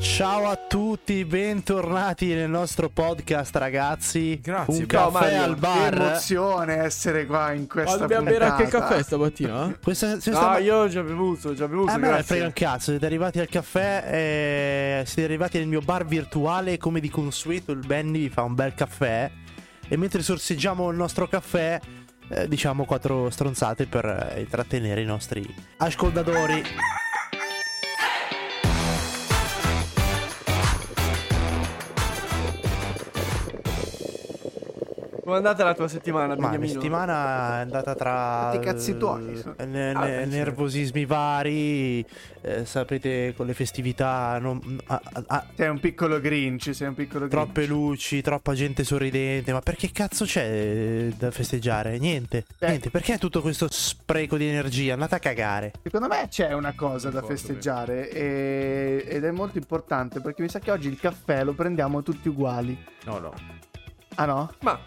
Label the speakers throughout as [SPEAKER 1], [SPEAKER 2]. [SPEAKER 1] Ciao a tutti, bentornati nel nostro podcast, ragazzi.
[SPEAKER 2] Grazie,
[SPEAKER 1] Un
[SPEAKER 2] bravo
[SPEAKER 1] caffè
[SPEAKER 2] Mario.
[SPEAKER 1] al
[SPEAKER 3] Che
[SPEAKER 1] bar.
[SPEAKER 3] emozione essere qua in
[SPEAKER 2] Ma
[SPEAKER 3] questa
[SPEAKER 2] dobbiamo bere
[SPEAKER 3] puntata.
[SPEAKER 2] anche il caffè stamattina? eh?
[SPEAKER 1] Questa, questa
[SPEAKER 4] No, io ho già bevuto, ho già bevuto,
[SPEAKER 1] A me non me
[SPEAKER 4] grazie.
[SPEAKER 1] frega un cazzo, siete arrivati al caffè, eh, siete arrivati nel mio bar virtuale, come di consueto il Benny vi fa un bel caffè e mentre sorseggiamo il nostro caffè eh, diciamo quattro stronzate per eh, intrattenere i nostri ascoltatori.
[SPEAKER 4] Come è andata la tua settimana,
[SPEAKER 1] Ma la
[SPEAKER 4] Beniamino?
[SPEAKER 1] settimana è andata tra
[SPEAKER 3] Tutti i cazzi tuoi, sono-
[SPEAKER 1] eh, ne-
[SPEAKER 4] Ah,
[SPEAKER 1] ne-
[SPEAKER 4] beh, sì.
[SPEAKER 1] nervosismi vari, eh, sapete con le festività non- mm, a- a- a-
[SPEAKER 3] Sei un piccolo Grinch, sei un piccolo Grinch.
[SPEAKER 1] Troppe luci, troppa gente sorridente, ma perché cazzo c'è eh, da festeggiare? Niente,
[SPEAKER 3] Eh.
[SPEAKER 1] niente, perché tutto questo spreco di energia? Andate a cagare.
[SPEAKER 3] Secondo me c'è una cosa da
[SPEAKER 2] D'accordo,
[SPEAKER 3] festeggiare e- ed è molto importante perché mi sa che oggi il caffè lo prendiamo tutti uguali.
[SPEAKER 2] No, no.
[SPEAKER 3] Ah no?
[SPEAKER 4] Ma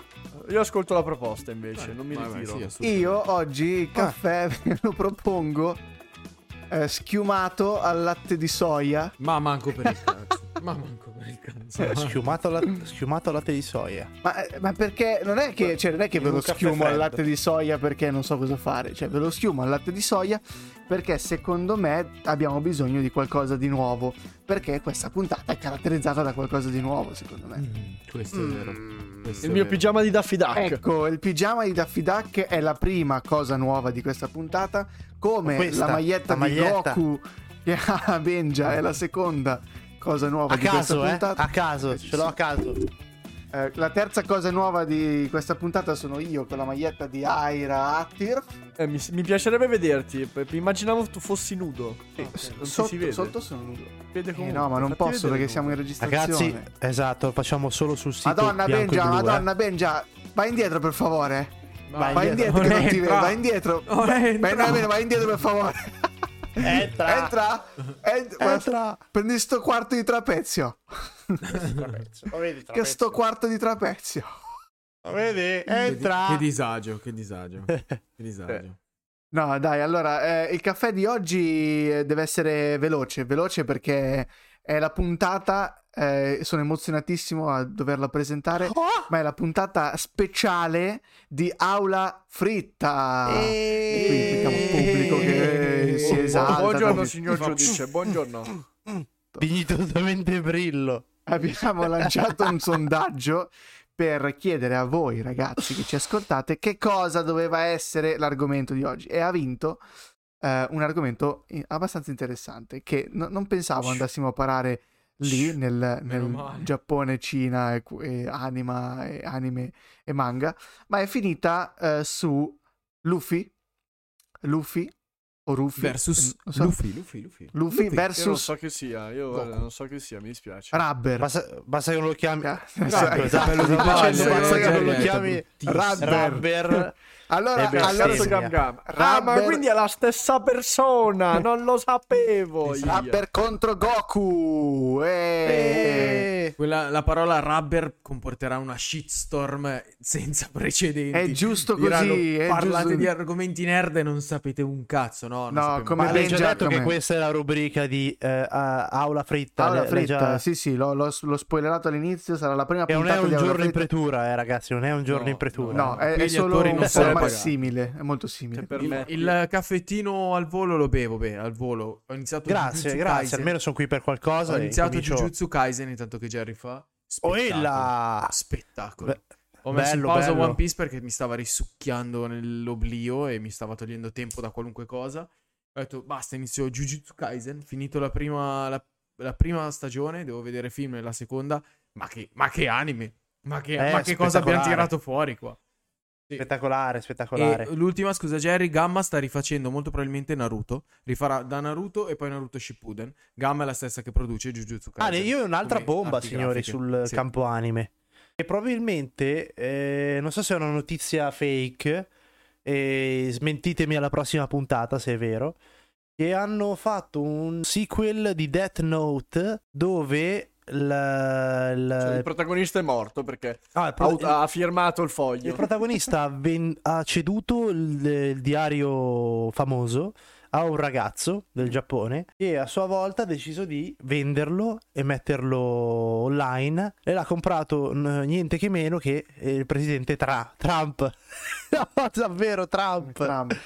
[SPEAKER 4] io ascolto la proposta invece, non mi
[SPEAKER 2] Cioè, Vai, vai,
[SPEAKER 4] ritiro.
[SPEAKER 2] sì, assolutamente.
[SPEAKER 3] Io oggi il caffè ve lo propongo eh, schiumato al latte di soia.
[SPEAKER 2] Ma manco per il cazzo. Ma manco per il cazzo.
[SPEAKER 3] Eh.
[SPEAKER 1] Schiumato, la- schiumato latte di soia.
[SPEAKER 3] Ma, eh, ma perché non è che, cioè, non è che
[SPEAKER 1] In
[SPEAKER 3] ve
[SPEAKER 1] un
[SPEAKER 3] lo
[SPEAKER 1] caffè
[SPEAKER 3] schiumo al
[SPEAKER 1] freddo.
[SPEAKER 3] latte di soia perché non so cosa fare, cioè ve lo schiumo al latte di soia perché secondo me abbiamo bisogno di qualcosa di nuovo, perché questa puntata è caratterizzata da qualcosa di nuovo secondo me.
[SPEAKER 2] Mm, Questo è vero. Questo
[SPEAKER 4] Il
[SPEAKER 2] è
[SPEAKER 4] mio
[SPEAKER 2] vero.
[SPEAKER 4] pigiama di Daffy Duck.
[SPEAKER 3] Ecco, il pigiama di Daffy Duck è la prima cosa nuova di questa puntata, come
[SPEAKER 1] Questa,
[SPEAKER 3] la maglietta,
[SPEAKER 1] la maglietta.
[SPEAKER 3] di Goku che ha Benja è la seconda cosa nuova
[SPEAKER 1] A
[SPEAKER 3] di
[SPEAKER 1] caso,
[SPEAKER 3] questa
[SPEAKER 1] eh?
[SPEAKER 3] puntata.
[SPEAKER 1] A caso, ce l'ho a caso.
[SPEAKER 3] Eh, la terza cosa nuova di questa puntata sono io con la maglietta di Aira Attir.
[SPEAKER 4] Eh, mi, mi piacerebbe vederti, p- immaginavo tu fossi nudo. Ah, ok, non ti si
[SPEAKER 3] sotto,
[SPEAKER 4] vede.
[SPEAKER 3] sotto sono nudo.
[SPEAKER 4] Si vede
[SPEAKER 3] Eh,
[SPEAKER 4] comunque.
[SPEAKER 3] no, ma non
[SPEAKER 4] Fatti vedere
[SPEAKER 3] posso perché
[SPEAKER 4] nudo.
[SPEAKER 3] siamo in registrazione.
[SPEAKER 1] Ragazzi, esatto, facciamo solo sul sito.
[SPEAKER 3] Madonna
[SPEAKER 1] bianco e
[SPEAKER 3] Benja,
[SPEAKER 1] blu, eh.
[SPEAKER 3] Madonna Benja, vai indietro per favore.
[SPEAKER 1] Vai
[SPEAKER 3] Vai
[SPEAKER 1] indietro.
[SPEAKER 3] indietro, che
[SPEAKER 2] Non
[SPEAKER 3] non ti vedo,
[SPEAKER 2] entra.
[SPEAKER 3] vai indietro.
[SPEAKER 2] Non
[SPEAKER 3] Vai- vai-
[SPEAKER 2] entra.
[SPEAKER 3] vai- vai indietro per favore.
[SPEAKER 1] Entra.
[SPEAKER 3] Entra. Ent-
[SPEAKER 1] eh.
[SPEAKER 3] guarda,
[SPEAKER 1] Entra.
[SPEAKER 3] Prendi sto quarto di trapezio.
[SPEAKER 1] Lo vedi,
[SPEAKER 3] Che sto quarto di trapezio.
[SPEAKER 1] Lo vedi?
[SPEAKER 2] Che di-
[SPEAKER 1] Entra.
[SPEAKER 2] Che disagio, che disagio. Che disagio.
[SPEAKER 3] No, dai, allora, eh, il caffè di oggi eh, deve essere veloce, veloce perché è la puntata, eh, sono emozionatissimo a doverla presentare,
[SPEAKER 1] Oh!
[SPEAKER 3] ma è la puntata speciale di Aula Fritta.
[SPEAKER 1] E-
[SPEAKER 3] E quindi mettiamo un pubblico che si
[SPEAKER 4] Bu-
[SPEAKER 3] esalta.
[SPEAKER 4] Eh. Buongiorno
[SPEAKER 3] dopo-
[SPEAKER 4] signor giudice, buongiorno.
[SPEAKER 1] Dignitosamente brillo.
[SPEAKER 3] Abbiamo lanciato un sondaggio per chiedere a voi ragazzi che ci ascoltate che cosa doveva essere l'argomento di oggi e ha vinto eh, un argomento i- abbastanza interessante che no- non pensavo andassimo a parare lì nel,
[SPEAKER 2] meno
[SPEAKER 3] nel
[SPEAKER 2] male.
[SPEAKER 3] Giappone, Cina e, cu- e anima, e anime e manga ma è finita eh, su Luffy Luffy o Ruffy
[SPEAKER 2] Versus
[SPEAKER 3] non so.
[SPEAKER 2] Luffy, Luffy, Luffy.
[SPEAKER 3] Luffy
[SPEAKER 4] Io non
[SPEAKER 3] versus
[SPEAKER 4] so che sia, io
[SPEAKER 3] Goku.
[SPEAKER 4] guarda, non so che sia, mi dispiace.
[SPEAKER 3] Rubber
[SPEAKER 1] Basta, basta che non lo chiami.
[SPEAKER 3] Ah,
[SPEAKER 1] Esatto,
[SPEAKER 3] esatto.
[SPEAKER 1] esatto,
[SPEAKER 2] Bello di
[SPEAKER 1] esatto,
[SPEAKER 2] paglia,
[SPEAKER 1] esatto, basta che non lo chiami
[SPEAKER 3] Rubber.
[SPEAKER 1] Rubber.
[SPEAKER 3] Allora,
[SPEAKER 1] Eh beh,
[SPEAKER 3] allora
[SPEAKER 1] sì,
[SPEAKER 4] Cazzo
[SPEAKER 1] mia.
[SPEAKER 4] gam gam. Ah, ma
[SPEAKER 3] Rubber-
[SPEAKER 4] quindi è la stessa persona, non lo sapevo. io.
[SPEAKER 3] Rubber contro Goku.
[SPEAKER 1] eh,
[SPEAKER 3] E...
[SPEAKER 2] Quella, la parola rubber comporterà una shitstorm senza
[SPEAKER 1] Eh,
[SPEAKER 2] precedenti.
[SPEAKER 3] È giusto così, è
[SPEAKER 2] parlate
[SPEAKER 3] giusto-
[SPEAKER 2] di argomenti nerd e non sapete un cazzo, no? Non
[SPEAKER 3] No,
[SPEAKER 2] sappiamo
[SPEAKER 3] come
[SPEAKER 1] Ma
[SPEAKER 2] niente.
[SPEAKER 1] l'hai
[SPEAKER 3] Ben
[SPEAKER 1] già detto che
[SPEAKER 3] Giacomo.
[SPEAKER 1] questa è la rubrica di eh, a- Aula Fritta.
[SPEAKER 3] Aula
[SPEAKER 1] l'hai
[SPEAKER 3] fritta,
[SPEAKER 1] già-
[SPEAKER 3] sì sì, l'ho, l'ho- l'ho spoilerato all'inizio, sarà la prima
[SPEAKER 1] Che non
[SPEAKER 3] puntata
[SPEAKER 1] è un
[SPEAKER 3] di Aula
[SPEAKER 1] giorno in
[SPEAKER 3] fritta.
[SPEAKER 1] pretura, eh, ragazzi. Non è un giorno
[SPEAKER 2] No,
[SPEAKER 1] in pretura.
[SPEAKER 3] No, è,
[SPEAKER 2] Qui
[SPEAKER 3] è
[SPEAKER 2] gli
[SPEAKER 3] solo
[SPEAKER 2] attori
[SPEAKER 3] un
[SPEAKER 2] non
[SPEAKER 4] saranno
[SPEAKER 3] format
[SPEAKER 4] pagati.
[SPEAKER 3] simile, è molto
[SPEAKER 4] Se
[SPEAKER 3] simile.
[SPEAKER 4] permetti.
[SPEAKER 2] Il caffettino al volo lo bevo, beh, al volo. Ho iniziato
[SPEAKER 1] Grazie,
[SPEAKER 2] Jujutsu
[SPEAKER 1] grazie.
[SPEAKER 2] Kaisen.
[SPEAKER 1] Almeno sono qui per qualcosa.
[SPEAKER 2] Ho
[SPEAKER 1] e
[SPEAKER 2] iniziato
[SPEAKER 1] incomincio-
[SPEAKER 2] Jujutsu Kaisen intanto che Jerry fa.
[SPEAKER 1] Oh,
[SPEAKER 2] Spettacolo.
[SPEAKER 1] ella!
[SPEAKER 2] Spettacolo.
[SPEAKER 1] Be-
[SPEAKER 2] Ho messo
[SPEAKER 1] bello,
[SPEAKER 2] in pausa
[SPEAKER 1] bello.
[SPEAKER 2] One Piece perché mi stava risucchiando nell'oblio e mi stava togliendo tempo da qualunque cosa. Ho detto basta, inizio Jujutsu Kaisen. Finito la prima, la, la prima stagione, devo vedere film e la seconda. Ma che, ma che anime! Ma che,
[SPEAKER 1] Eh,
[SPEAKER 2] ma che cosa abbiamo
[SPEAKER 1] spettacolare.
[SPEAKER 2] tirato fuori qua?
[SPEAKER 1] Spettacolare, spettacolare.
[SPEAKER 2] E l'ultima, scusa Jerry, Gamma sta rifacendo molto probabilmente Naruto. Rifarà da Naruto e poi Naruto Shippuden. Gamma è la stessa che produce Jujutsu
[SPEAKER 1] Ah,
[SPEAKER 2] Kaisen.
[SPEAKER 1] io ho un'altra
[SPEAKER 2] Come
[SPEAKER 1] bomba,
[SPEAKER 2] arti
[SPEAKER 1] signori,
[SPEAKER 2] grafiche.
[SPEAKER 1] sul
[SPEAKER 2] Sì.
[SPEAKER 1] campo anime. E probabilmente, eh, non so se è una notizia fake, e smentitemi alla prossima puntata se è vero, che hanno fatto un sequel di Death Note dove la- la-
[SPEAKER 4] Cioè, il protagonista è morto perché
[SPEAKER 1] ah, Eh, il
[SPEAKER 4] ha,
[SPEAKER 1] pro-
[SPEAKER 4] ha firmato il
[SPEAKER 1] il
[SPEAKER 4] foglio.
[SPEAKER 1] protagonista ha, ven- ha ceduto il, il diario famoso a un ragazzo del Giappone che a sua volta ha deciso di venderlo e metterlo online e l'ha comprato n- niente che meno che eh, il presidente Tra- Trump. No, davvero
[SPEAKER 3] Trump.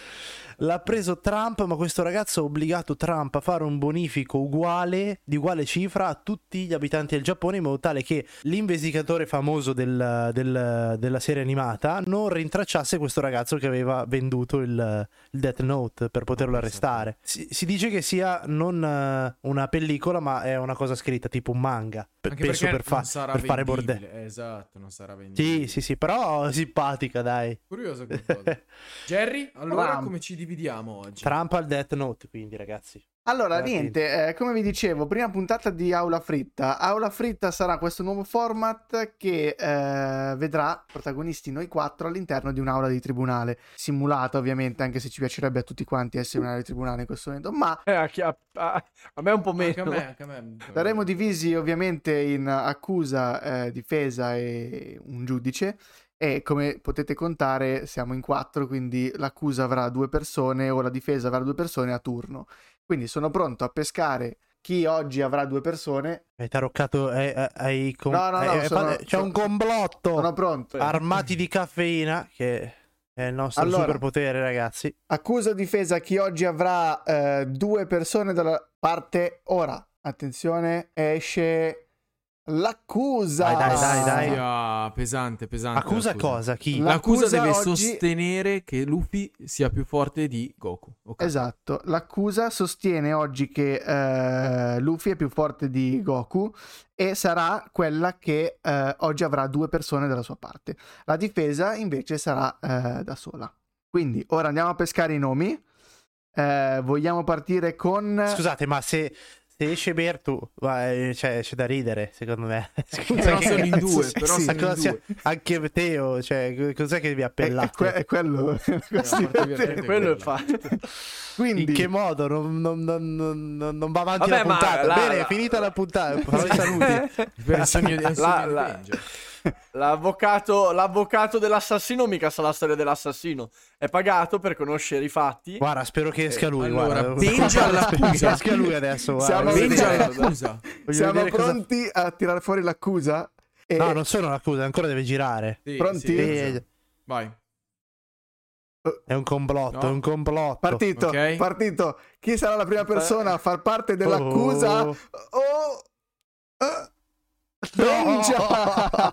[SPEAKER 1] L'ha preso Trump, ma questo ragazzo ha obbligato Trump a fare un bonifico uguale, di uguale cifra, a tutti gli abitanti del Giappone, in modo tale che l'investigatore famoso del- del- della serie animata non rintracciasse questo ragazzo che aveva venduto il, il Death Note per poterlo
[SPEAKER 2] Ma pensa a te.
[SPEAKER 1] arrestare. Si, si dice che sia non eh, una pellicola, ma è una cosa scritta, tipo un manga. Pe-
[SPEAKER 2] Anche
[SPEAKER 1] penso
[SPEAKER 2] perché
[SPEAKER 1] per, fa-
[SPEAKER 2] non sarà
[SPEAKER 1] per fare
[SPEAKER 2] vendibile.
[SPEAKER 1] bordello.
[SPEAKER 2] Eh, Esatto, non sarà vendibile.
[SPEAKER 1] Sì, sì, sì, però simpatica, dai.
[SPEAKER 2] Curioso come cosa. Jerry, allora
[SPEAKER 3] Trump.
[SPEAKER 2] come ci dividiamo oggi?
[SPEAKER 1] Trump al Death Note, quindi ragazzi.
[SPEAKER 3] Allora,
[SPEAKER 1] Guardi.
[SPEAKER 3] niente, eh, come vi dicevo, prima puntata di Aula Fritta. Aula Fritta sarà questo nuovo format che eh, vedrà protagonisti noi quattro all'interno di un'aula di tribunale. Simulata, ovviamente, anche se ci piacerebbe a tutti quanti essere in un'aula di tribunale in questo momento. Ma
[SPEAKER 4] Eh, a, chi- a- a- a me è un po' meno.
[SPEAKER 2] Anche a me, anche a me.
[SPEAKER 1] Certo.
[SPEAKER 3] saremo divisi ovviamente in accusa, eh, difesa e un giudice. E come potete contare, siamo in quattro, quindi l'accusa avrà due persone o la difesa avrà due persone a turno. Quindi sono pronto a pescare chi oggi avrà due persone
[SPEAKER 1] Hai taroccato, eh, eh, hai com-
[SPEAKER 3] No, no, no,
[SPEAKER 1] eh, eh,
[SPEAKER 3] sono-
[SPEAKER 1] fate- c'è
[SPEAKER 3] sono-
[SPEAKER 1] un complotto
[SPEAKER 3] Sono pronto.
[SPEAKER 1] armati di caffeina che è il nostro
[SPEAKER 3] Allora.
[SPEAKER 1] superpotere, ragazzi.
[SPEAKER 3] Accusa o difesa chi oggi avrà eh, due persone dalla parte ora. Attenzione, esce l'accusa.
[SPEAKER 1] Dai, dai, dai.
[SPEAKER 2] Ah, pesante, pesante.
[SPEAKER 1] Accusa
[SPEAKER 2] l'accusa.
[SPEAKER 1] cosa? Chi?
[SPEAKER 3] La-
[SPEAKER 2] L'accusa,
[SPEAKER 3] L'accusa
[SPEAKER 2] deve
[SPEAKER 3] oggi-
[SPEAKER 2] sostenere che Luffy sia più forte di Goku.
[SPEAKER 1] Ecco.
[SPEAKER 2] ok?
[SPEAKER 3] Esatto, l'accusa sostiene oggi che eh, Luffy è più forte di Goku e sarà quella che eh, oggi avrà due persone dalla sua parte. La difesa invece sarà eh, da sola. Quindi ora andiamo a pescare i nomi. Eh, vogliamo partire con...
[SPEAKER 1] Scusate, ma se, se esce Bertu, va, eh, cioè, c'è da ridere, secondo me. Scusa,
[SPEAKER 2] Eh, Però
[SPEAKER 1] che
[SPEAKER 2] sono in
[SPEAKER 3] cazzo
[SPEAKER 2] due,
[SPEAKER 3] sei?
[SPEAKER 2] però
[SPEAKER 3] Sì.
[SPEAKER 2] sono in
[SPEAKER 1] cosa sia-
[SPEAKER 2] due.
[SPEAKER 1] anche Teo, cioè, co- cos'è che vi
[SPEAKER 3] È- è
[SPEAKER 1] appellate?
[SPEAKER 3] Eh, que- è quello.
[SPEAKER 2] parte divertente.
[SPEAKER 4] Quello è il fatto.
[SPEAKER 1] In
[SPEAKER 3] Quindi,
[SPEAKER 1] che modo? Non, non- non- non- non va avanti
[SPEAKER 4] Vabbè,
[SPEAKER 1] la
[SPEAKER 4] ma
[SPEAKER 1] puntata.
[SPEAKER 4] la-
[SPEAKER 1] Bene,
[SPEAKER 4] la-
[SPEAKER 1] è finita la puntata. Fate i saluti.
[SPEAKER 2] Per il sogno di- il sogno
[SPEAKER 4] La-
[SPEAKER 2] di
[SPEAKER 4] la-
[SPEAKER 2] Avenger.
[SPEAKER 4] L'avvocato, l'avvocato dell'assassino mica sa la storia dell'assassino. È pagato per conoscere i fatti.
[SPEAKER 1] Guarda, spero che esca lui.
[SPEAKER 2] Allora,
[SPEAKER 1] guarda.
[SPEAKER 2] Benji all'accusa.
[SPEAKER 1] Esca lui adesso. guarda.
[SPEAKER 3] Siamo
[SPEAKER 1] Voglio
[SPEAKER 2] Avenger
[SPEAKER 1] vedere-
[SPEAKER 2] è l'accusa.
[SPEAKER 1] voglio
[SPEAKER 3] siamo
[SPEAKER 1] vedere cosa-
[SPEAKER 3] pronti a tirare fuori l'accusa? E-
[SPEAKER 1] No, non sono l'accusa, ancora deve girare.
[SPEAKER 2] Sì,
[SPEAKER 3] Pronti?
[SPEAKER 2] sì,
[SPEAKER 1] Eh,
[SPEAKER 2] l'accusa. Vai.
[SPEAKER 1] È un complotto,
[SPEAKER 2] No.
[SPEAKER 1] è un complotto.
[SPEAKER 3] Partito,
[SPEAKER 2] Ok.
[SPEAKER 3] partito. Chi sarà la prima persona a far parte dell'accusa?
[SPEAKER 1] Oh.
[SPEAKER 3] Oh, eh, Benja!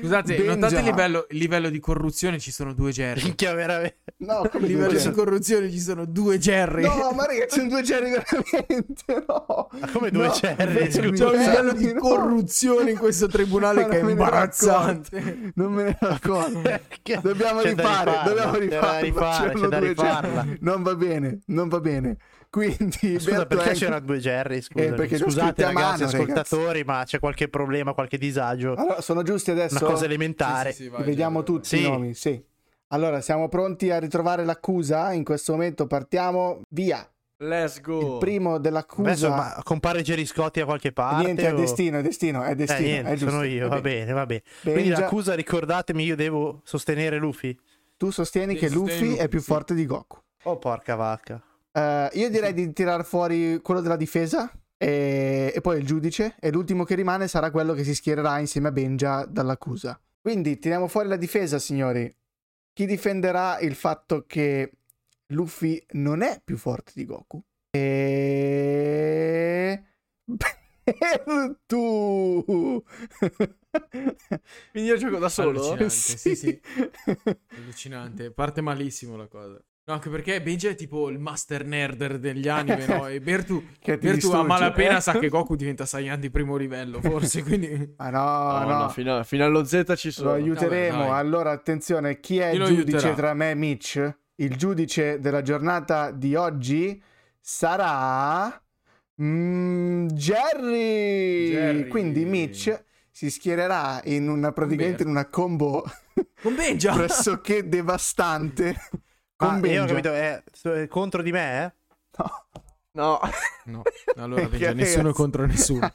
[SPEAKER 2] Scusate,
[SPEAKER 3] Benja.
[SPEAKER 2] notate il livello, il livello di corruzione, ci sono due Jerry.
[SPEAKER 1] Minchia, veramente.
[SPEAKER 3] No,
[SPEAKER 2] Il
[SPEAKER 3] come due
[SPEAKER 2] livello di
[SPEAKER 3] Jerry?
[SPEAKER 2] corruzione ci sono due Jerry.
[SPEAKER 3] No, ma raga, c'è un due Jerry veramente, no.
[SPEAKER 1] Ma come due
[SPEAKER 3] No,
[SPEAKER 1] Jerry?
[SPEAKER 3] invece
[SPEAKER 1] Scusa.
[SPEAKER 2] C'è un livello
[SPEAKER 3] Jerry,
[SPEAKER 2] di
[SPEAKER 3] no.
[SPEAKER 2] corruzione in questo tribunale
[SPEAKER 3] Ma
[SPEAKER 2] che è
[SPEAKER 3] non me ne
[SPEAKER 2] imbarazzante.
[SPEAKER 3] racconto. Non me ne racconto.
[SPEAKER 1] Perché?
[SPEAKER 3] Dobbiamo
[SPEAKER 1] C'è da
[SPEAKER 3] rifare,
[SPEAKER 1] rifarla,
[SPEAKER 3] dobbiamo
[SPEAKER 1] c'è da
[SPEAKER 3] rifarla,
[SPEAKER 1] rifare,
[SPEAKER 3] c'erano
[SPEAKER 1] c'è da
[SPEAKER 3] due
[SPEAKER 1] rifarla.
[SPEAKER 3] Jerry. Non va bene, non va bene. Quindi
[SPEAKER 1] Scusa,
[SPEAKER 3] Berto
[SPEAKER 1] perché
[SPEAKER 3] è-
[SPEAKER 1] c'erano due Jerry?
[SPEAKER 3] Eh,
[SPEAKER 1] Scusami.
[SPEAKER 3] perché li ho
[SPEAKER 1] Scusate,
[SPEAKER 3] scritti a
[SPEAKER 1] ragazzi,
[SPEAKER 3] mano,
[SPEAKER 1] ascoltatori, ma c'è qualche problema, qualche disagio.
[SPEAKER 3] Allora, sono giusti adesso?
[SPEAKER 1] Una cosa elementare.
[SPEAKER 2] Sì, sì, sì, vai,
[SPEAKER 3] Vediamo
[SPEAKER 2] Jerry, vai.
[SPEAKER 3] tutti
[SPEAKER 1] Sì.
[SPEAKER 3] i nomi, sì. Allora, siamo pronti a ritrovare l'accusa? In questo momento partiamo, via.
[SPEAKER 4] Let's go.
[SPEAKER 2] Oh.
[SPEAKER 3] Il primo dell'accusa...
[SPEAKER 1] Adesso ma compare Jerry Scotti a qualche parte.
[SPEAKER 3] Niente, è
[SPEAKER 1] o-
[SPEAKER 3] destino, è destino, è
[SPEAKER 1] Eh,
[SPEAKER 3] destino.
[SPEAKER 1] niente,
[SPEAKER 3] è giusto.
[SPEAKER 1] sono io, va bene, va bene. Quindi
[SPEAKER 3] Benja,
[SPEAKER 1] l'accusa, ricordatemi, io devo sostenere Luffy.
[SPEAKER 3] tu sostieni
[SPEAKER 2] Sì,
[SPEAKER 3] che
[SPEAKER 2] sostieni
[SPEAKER 3] Luffy
[SPEAKER 2] Luffy,
[SPEAKER 3] è più
[SPEAKER 2] sì.
[SPEAKER 3] forte di Goku.
[SPEAKER 1] Oh, porca vacca.
[SPEAKER 3] Eh, io direi di tirare fuori quello della difesa e, e poi il giudice e l'ultimo che rimane sarà quello che si schiererà insieme a Benja dall'accusa. Quindi tiriamo fuori la difesa, signori. Chi difenderà il fatto che Luffy non è più forte di Goku? E... Bertu!
[SPEAKER 4] Quindi io gioco da solo?
[SPEAKER 2] Allucina. sì, sì.
[SPEAKER 3] sì.
[SPEAKER 2] Allucinante, parte malissimo la cosa. No, anche perché Benji è tipo il master nerder degli anime, no? E Bertu,
[SPEAKER 3] Che ti
[SPEAKER 2] Bertu a
[SPEAKER 3] distrugge. Eh?
[SPEAKER 2] malapena sa che Goku diventa Saiyan di primo livello, forse, quindi...
[SPEAKER 3] Ah no,
[SPEAKER 4] No,
[SPEAKER 3] no,
[SPEAKER 4] no, fino, fino allo Z ci
[SPEAKER 3] lo
[SPEAKER 4] sono.
[SPEAKER 3] aiuteremo.
[SPEAKER 2] Vabbè, dai.
[SPEAKER 3] allora, attenzione, chi è
[SPEAKER 2] Chi
[SPEAKER 3] il
[SPEAKER 2] lo
[SPEAKER 3] giudice
[SPEAKER 2] aiuterà?
[SPEAKER 3] tra me e Mitch? Il giudice della giornata di oggi sarà mm, Jerry.
[SPEAKER 2] Jerry.
[SPEAKER 3] Quindi Mitch si schiererà in una praticamente in una combo
[SPEAKER 2] Con Benja!
[SPEAKER 3] pressoché devastante
[SPEAKER 1] Ma
[SPEAKER 2] Ah,
[SPEAKER 3] con
[SPEAKER 1] Ah, io ho
[SPEAKER 3] Benja.
[SPEAKER 1] capito, è, è contro di me, eh?
[SPEAKER 3] No.
[SPEAKER 4] No.
[SPEAKER 2] No, allora
[SPEAKER 3] Che
[SPEAKER 2] Benja, nessuno
[SPEAKER 3] ragazzi.
[SPEAKER 2] contro nessuno.